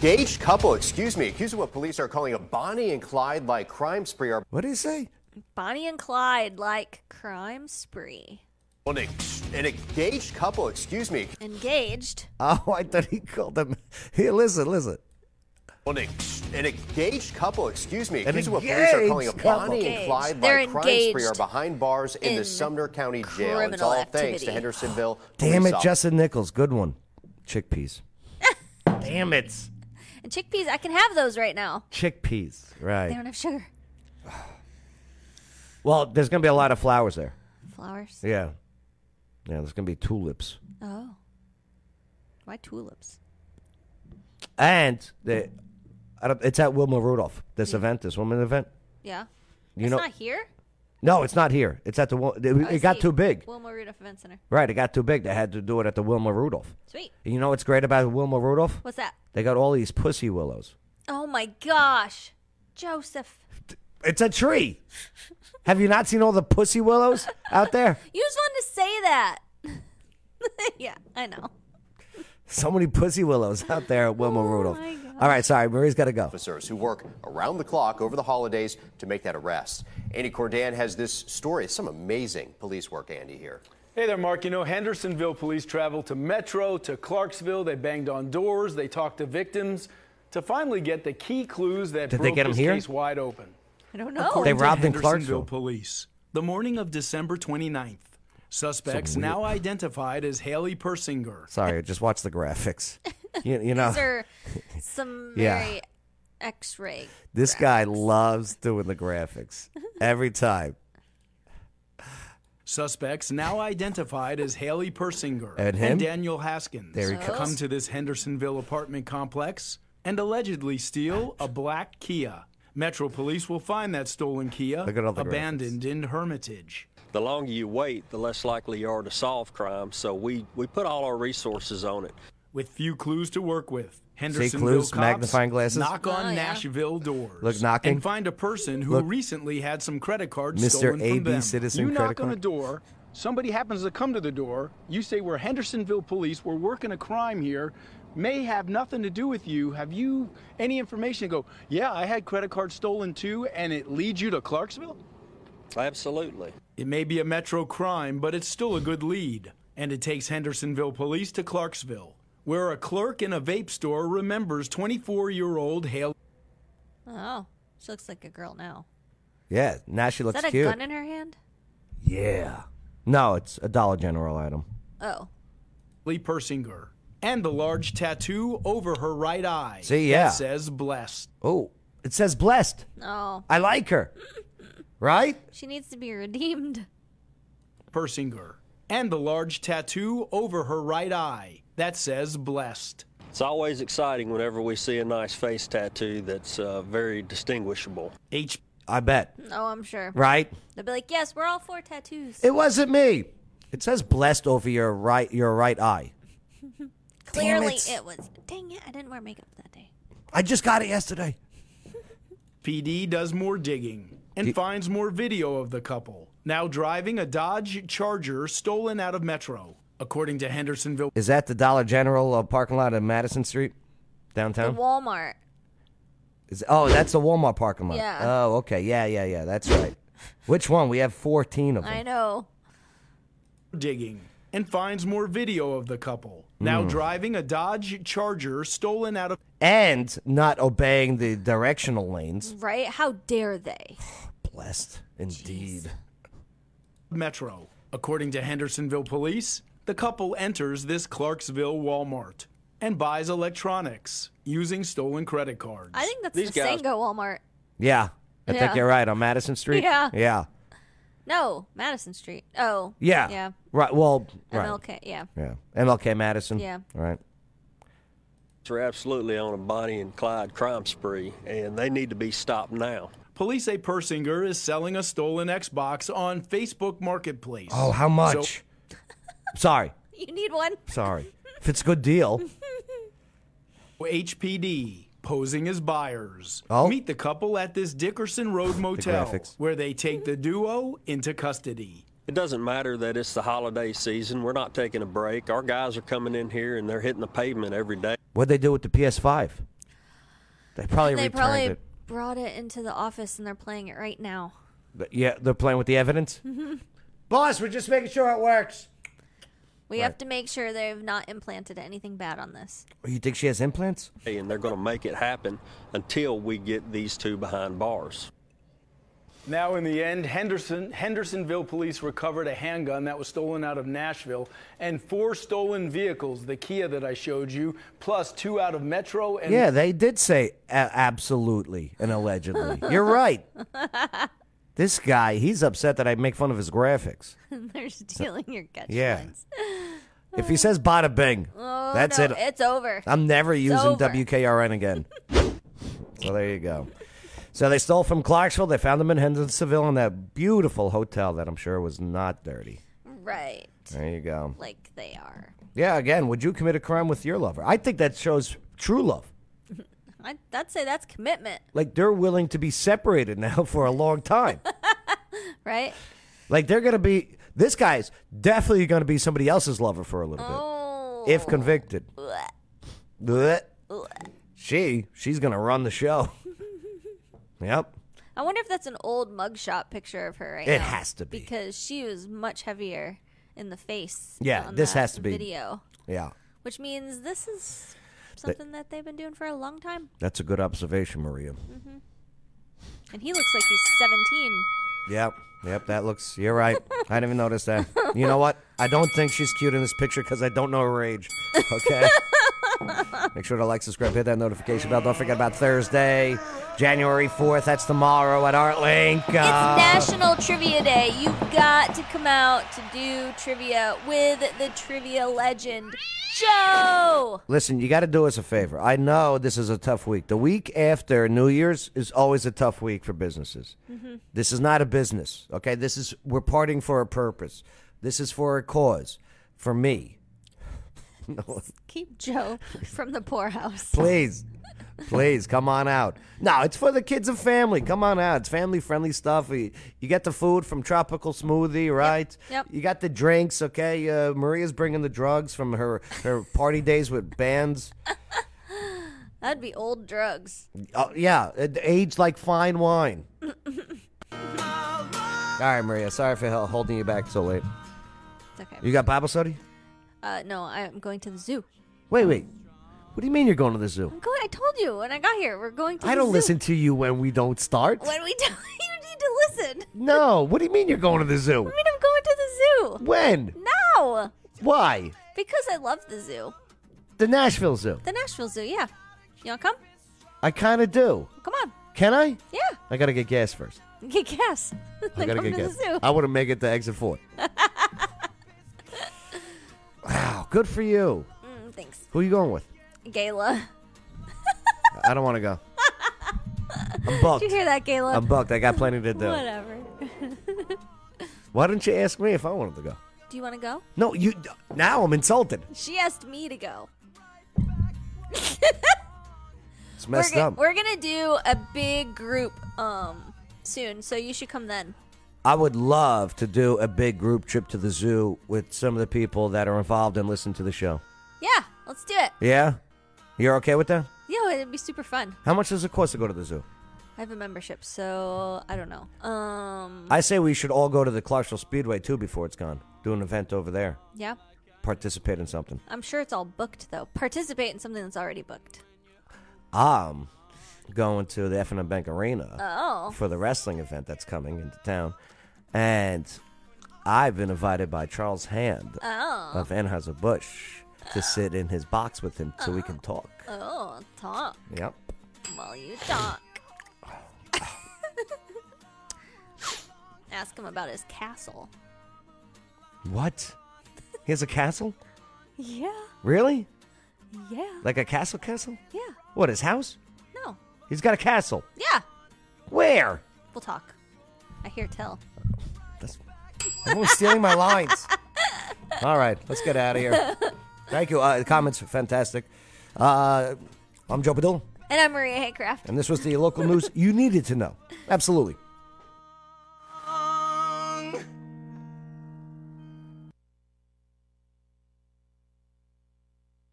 S12: Engaged couple, excuse me, accused of what police are calling a Bonnie and Clyde like crime spree are.
S1: What do you say?
S2: Bonnie and Clyde like crime spree.
S12: An, ex- an engaged couple, excuse me,
S2: Engaged.
S1: Oh, I thought he called them. Here, listen, listen.
S12: an, ex- an engaged couple, excuse me,
S1: An
S12: accused of what police are calling a
S1: engaged couple.
S12: Bonnie and
S1: Engaged.
S12: Clyde
S2: They're
S12: like crime spree
S2: engaged
S12: are behind bars in,
S2: in
S12: the Sumner County Jail. It's
S2: criminal
S12: all thanks
S2: activity.
S12: to Hendersonville.
S1: Damn
S12: police
S1: it,
S12: officers.
S1: Justin Nichols. Good one. Chickpeas. Damn it.
S2: And chickpeas, I can have those right now.
S1: Chickpeas.
S2: They
S1: Right.
S2: don't have sugar.
S1: Well, there's going to be a lot of flowers there.
S2: Flowers.
S1: Yeah. Yeah, there's going to be tulips.
S2: Oh. Why tulips?
S1: And the, I don't, it's at Wilma Rudolph, this event, this woman event.
S2: Yeah.
S1: You
S2: it's
S1: know,
S2: not here.
S1: no, it's not here. It's at the, Wil- it,
S2: Oh, I
S1: it got
S2: see.
S1: too big.
S2: Wilma Rudolph Event Center.
S1: Right, it got too big. They had to do it at the Wilma Rudolph.
S2: Sweet.
S1: And you know what's great about Wilma Rudolph?
S2: What's that?
S1: They got all these pussy willows.
S2: Oh my gosh, Joseph.
S1: It's a tree. Have you not seen all the pussy willows out there?
S2: You just wanted to say that. yeah, I know.
S1: So many pussy willows out there at
S2: Oh
S1: Wilma Rudolph. All right, sorry, Marie's got to go.
S12: Officers who work around the clock over the holidays to make that arrest. Andy Cordan has this story. Some amazing police work, Andy, here.
S20: Hey there, Mark. You know, Hendersonville police traveled to Metro, to Clarksville. They banged on doors. They talked to victims to finally get the key clues that
S1: Did they
S20: broke
S1: get 'em
S20: this
S1: here?
S20: case wide open.
S2: I don't
S20: know.
S1: They robbed in Clarksville.
S21: Hendersonville police. The morning of December 29th, suspects
S1: So weird.
S21: now identified as Haley Persinger.
S1: Sorry, just watch the graphics. You, you know,
S2: These are some
S1: Yeah.
S2: very X-ray.
S1: this guy loves doing the graphics every time.
S21: Suspects now identified as Haley Persinger
S1: And him?
S21: Daniel Haskins
S1: There he So? comes.
S21: come to this Hendersonville apartment complex and allegedly steal a black Kia. Metro police will find that stolen Kia
S22: Look at all the
S21: abandoned in Hermitage.
S22: The longer you wait, the less likely you are to solve crime. So we, we put all our resources on it.
S21: With few clues to work with, Hendersonville
S1: clues,
S21: cops
S1: magnifying glasses?
S21: knock on
S1: Oh, yeah.
S21: Nashville doors
S1: Look, knocking.
S21: and find a person who
S1: Look.
S21: recently had some credit cards
S1: Mr.
S21: stolen
S1: AB
S21: from them.
S1: Citizen
S21: you knock
S1: credit
S21: on a
S1: card?
S21: door, somebody happens to come to the door, you say we're Hendersonville police, we're working a crime here, may have nothing to do with you. Have you any information? Go, yeah, I had credit cards stolen too, and it leads you to Clarksville?
S22: Absolutely.
S21: It may be a metro crime, but it's still a good lead. And it takes Hendersonville police to Clarksville, where a clerk in a vape store remembers 24 year old Haley.
S2: Oh, she looks like a girl now.
S1: Yeah, now she
S2: Is
S1: looks
S2: that a
S1: cute.
S2: gun in her hand?
S1: Yeah. No, it's a Dollar General item.
S2: Oh,
S21: Lee Persinger, and the large tattoo over her right eye.
S1: See, yeah.
S21: That says blessed.
S1: Oh, it says blessed.
S2: no.
S1: I like her. Right?
S2: She needs to be redeemed.
S21: Persinger, and the large tattoo over her right eye. That says blessed.
S22: It's always exciting whenever we see a nice face tattoo that's uh, very distinguishable.
S21: H.
S1: I bet.
S2: No, Oh, I'm sure.
S1: Right?
S2: They'll be like, yes, we're all for tattoos.
S1: It wasn't me. It says blessed over your right your right eye.
S2: Clearly,
S1: it.
S2: it. was. Dang it! I didn't wear makeup that day.
S1: I just got it yesterday.
S21: PD does more digging and finds more video of the couple, now driving a Dodge Charger stolen out of Metro. According to Hendersonville
S1: Is that the Dollar General uh, parking lot on Madison Street downtown?
S2: The Walmart.
S1: Is, oh, that's the Walmart parking lot.
S2: Yeah.
S1: Oh, okay. Yeah, yeah, yeah. That's right. Which one? We have 14 of them.
S2: I know.
S21: digging and finds more video of the couple, now
S1: Mm.
S21: driving a Dodge Charger stolen out of
S1: and not obeying the directional lanes.
S2: Right? How dare they?
S1: Blessed indeed.
S21: Metro. According to Hendersonville police, the couple enters this Clarksville Walmart and buys electronics using stolen credit cards.
S2: I think that's
S21: These
S2: the
S21: guys-
S2: Sango Walmart.
S1: Yeah, I
S2: Yeah.
S1: think you're right on Madison Street.
S2: Yeah.
S1: yeah,
S2: No, Madison Street. Oh.
S1: yeah,
S2: Yeah.
S1: Right. Well, right.
S2: MLK. Yeah.
S1: Yeah, MLK Madison.
S2: Yeah.
S1: right.
S22: They're absolutely on a Bonnie and Clyde crime spree, and they need to be stopped now.
S21: Police say Persinger is selling a stolen Xbox on Facebook Marketplace.
S1: Oh, how
S21: So-
S1: much? Sorry,
S2: You need one?
S1: sorry. If it's a good deal,
S21: HPD posing as buyers.
S1: Oh.
S21: Meet the couple at this Dickerson Road motel
S22: graphics.
S21: where they take the duo into custody.
S22: It doesn't matter that it's the holiday season. We're not taking a break. Our guys are coming in here and they're hitting the pavement every day.
S1: what'd they do with the PS5? They probably
S2: they
S1: returned
S2: probably
S1: it.
S2: brought it into the office and they're playing it right now.
S1: Th- Yeah, they're playing with the evidence. Boss, we're just making sure it works.
S2: We
S1: Right.
S2: have to make sure they've not implanted anything bad on this.
S1: Oh, You think she has implants?
S22: And they're going to make it happen until we get these two behind bars.
S21: Now, in the end, Henderson, Hendersonville police recovered a handgun that was stolen out of Nashville and four stolen vehicles, the Kia that I showed you, plus two out of Metro and
S1: yeah, they did say a- absolutely and allegedly. You're right. This guy, he's upset that I make fun of his graphics.
S2: They're stealing your catch.
S1: Yeah. If he says bada bing,
S2: Oh,
S1: that's
S2: no,
S1: it.
S2: it's over.
S1: I'm never
S2: It's
S1: using
S2: over.
S1: WKRN again. so there you go. So they stole from Clarksville. They found them in Hendersonville in that beautiful hotel that I'm sure was not dirty.
S2: Right.
S1: There you go.
S2: Like they are.
S1: Yeah, again, would you commit a crime with your lover? I think that shows true love.
S2: I, I'd say that's commitment,
S1: Like they're willing to be separated now for a long time.
S2: right?
S1: like they're going to be this guy's definitely going to be somebody else's lover for a little
S2: Oh.
S1: bit. If convicted.
S2: Blech.
S1: Blech.
S2: Blech.
S1: She, she's going to run the show. yep.
S2: I wonder if that's an old mugshot picture of her right now.
S1: It has to be.
S2: Because she was much heavier in the face.
S1: Yeah,
S2: on
S1: this
S2: that
S1: has to be.
S2: Video.
S1: Yeah.
S2: Which means this is something that they've been doing for a long time.
S1: That's a good observation, Maria.
S2: hmm And he looks like he's 17.
S1: Yep. Yep, that looks. You're right. I didn't even notice that. You know what? I don't think she's cute in this picture because I don't know her age. Okay. Make sure to like, subscribe, hit that notification bell. Don't forget about Thursday, January 4th. That's tomorrow at ArtLink. It's
S2: National Trivia Day. You've got to come out to do trivia with the trivia legend, Joe.
S1: Listen, you got to do us a favor. I know this is a tough week. The week after New Year's is always a tough week for businesses.
S2: Mm-hmm.
S3: Mhm.
S1: This is not a business, okay? This is we're parting for a purpose. This is for a cause. For me, no,
S2: Keep Joe from the poorhouse.
S1: please, please come on out. No, it's for the kids and family. Come on out. It's family friendly stuff. You, you get the food from Tropical Smoothie, right?
S2: Yep.
S1: You got the drinks, okay? Uh, Maria's bringing the drugs from her her party days with bands.
S2: That'd be old drugs.
S1: Oh yeah, it aged like fine wine. All right, Maria. Sorry for hel- holding you back so late.
S2: It's okay.
S1: You got Bible study?
S2: Uh, no, I'm going to the zoo.
S1: Wait, wait. What do you mean you're going to the zoo?
S2: I'm going. I told you when I got here. We're going to.
S1: I
S2: the
S1: don't
S2: zoo.
S1: listen to you when we don't start.
S2: When we do, you need to listen.
S1: No. What do you mean you're going to the zoo?
S2: I mean, I'm going to the zoo.
S1: When?
S2: No,
S1: Why?
S2: because I love the zoo,
S1: The Nashville Zoo.
S2: the Nashville Zoo. Yeah, you wanna come?
S1: I kind of do.
S2: Come on.
S1: Can I?
S2: Yeah,
S1: I gotta get gas first.
S2: get gas.
S1: I
S2: then
S1: gotta
S2: come
S1: get
S2: to
S1: gas.
S2: the zoo.
S1: I want to make it to exit four. wow, good for you.
S2: Mm, thanks,
S1: Who are you going with?
S2: Gayla.
S1: I don't want to go. I'm bugged.
S2: Did you hear that, Gayla?
S1: I'm bugged. I got plenty to do.
S2: Whatever.
S1: Why didn't you ask me if I wanted to go?
S2: Do you want to go?
S1: No, you. Now I'm insulted.
S2: She asked me to go.
S1: It's messed
S2: we're, go-
S1: up.
S2: we're gonna do a big group um soon, so you should come then.
S1: I would love to do a big group trip to the zoo with some of the people that are involved and listen to the show.
S2: Yeah, let's do it.
S1: Yeah, you're okay with that?
S2: Yeah, it'd be super fun.
S1: How much does it cost to go to the zoo?
S2: I have a membership, so I don't know. Um,
S1: I say we should all go to the Clarksville Speedway too before it's gone. Do an event over there.
S2: yeah,
S1: participate in something.
S2: I'm sure it's all booked though. Participate in something that's already booked.
S1: I'm going to the F&M Bank Arena
S2: Oh.
S1: for the wrestling event that's coming into town. And I've been invited by Charles Hand
S2: Oh.
S1: of Anheuser-Busch to sit in his box with him so we can talk.
S2: Oh, talk.
S1: Yep.
S2: Well, you talk. Ask him about his castle.
S1: What? He has a castle?
S2: Yeah.
S1: Really?
S2: Yeah.
S1: Like a castle castle?
S2: Yeah.
S1: What, his house?
S2: No.
S1: He's got a castle.
S2: Yeah.
S1: Where?
S2: We'll talk. I hear tell.
S1: That's, I'm always stealing my lines. All right, let's get out of here. Thank you. Uh, the comments are fantastic. Uh, I'm Joe Padula,
S2: And I'm Maria Haycraft.
S1: and this was the local news you needed to know. Absolutely.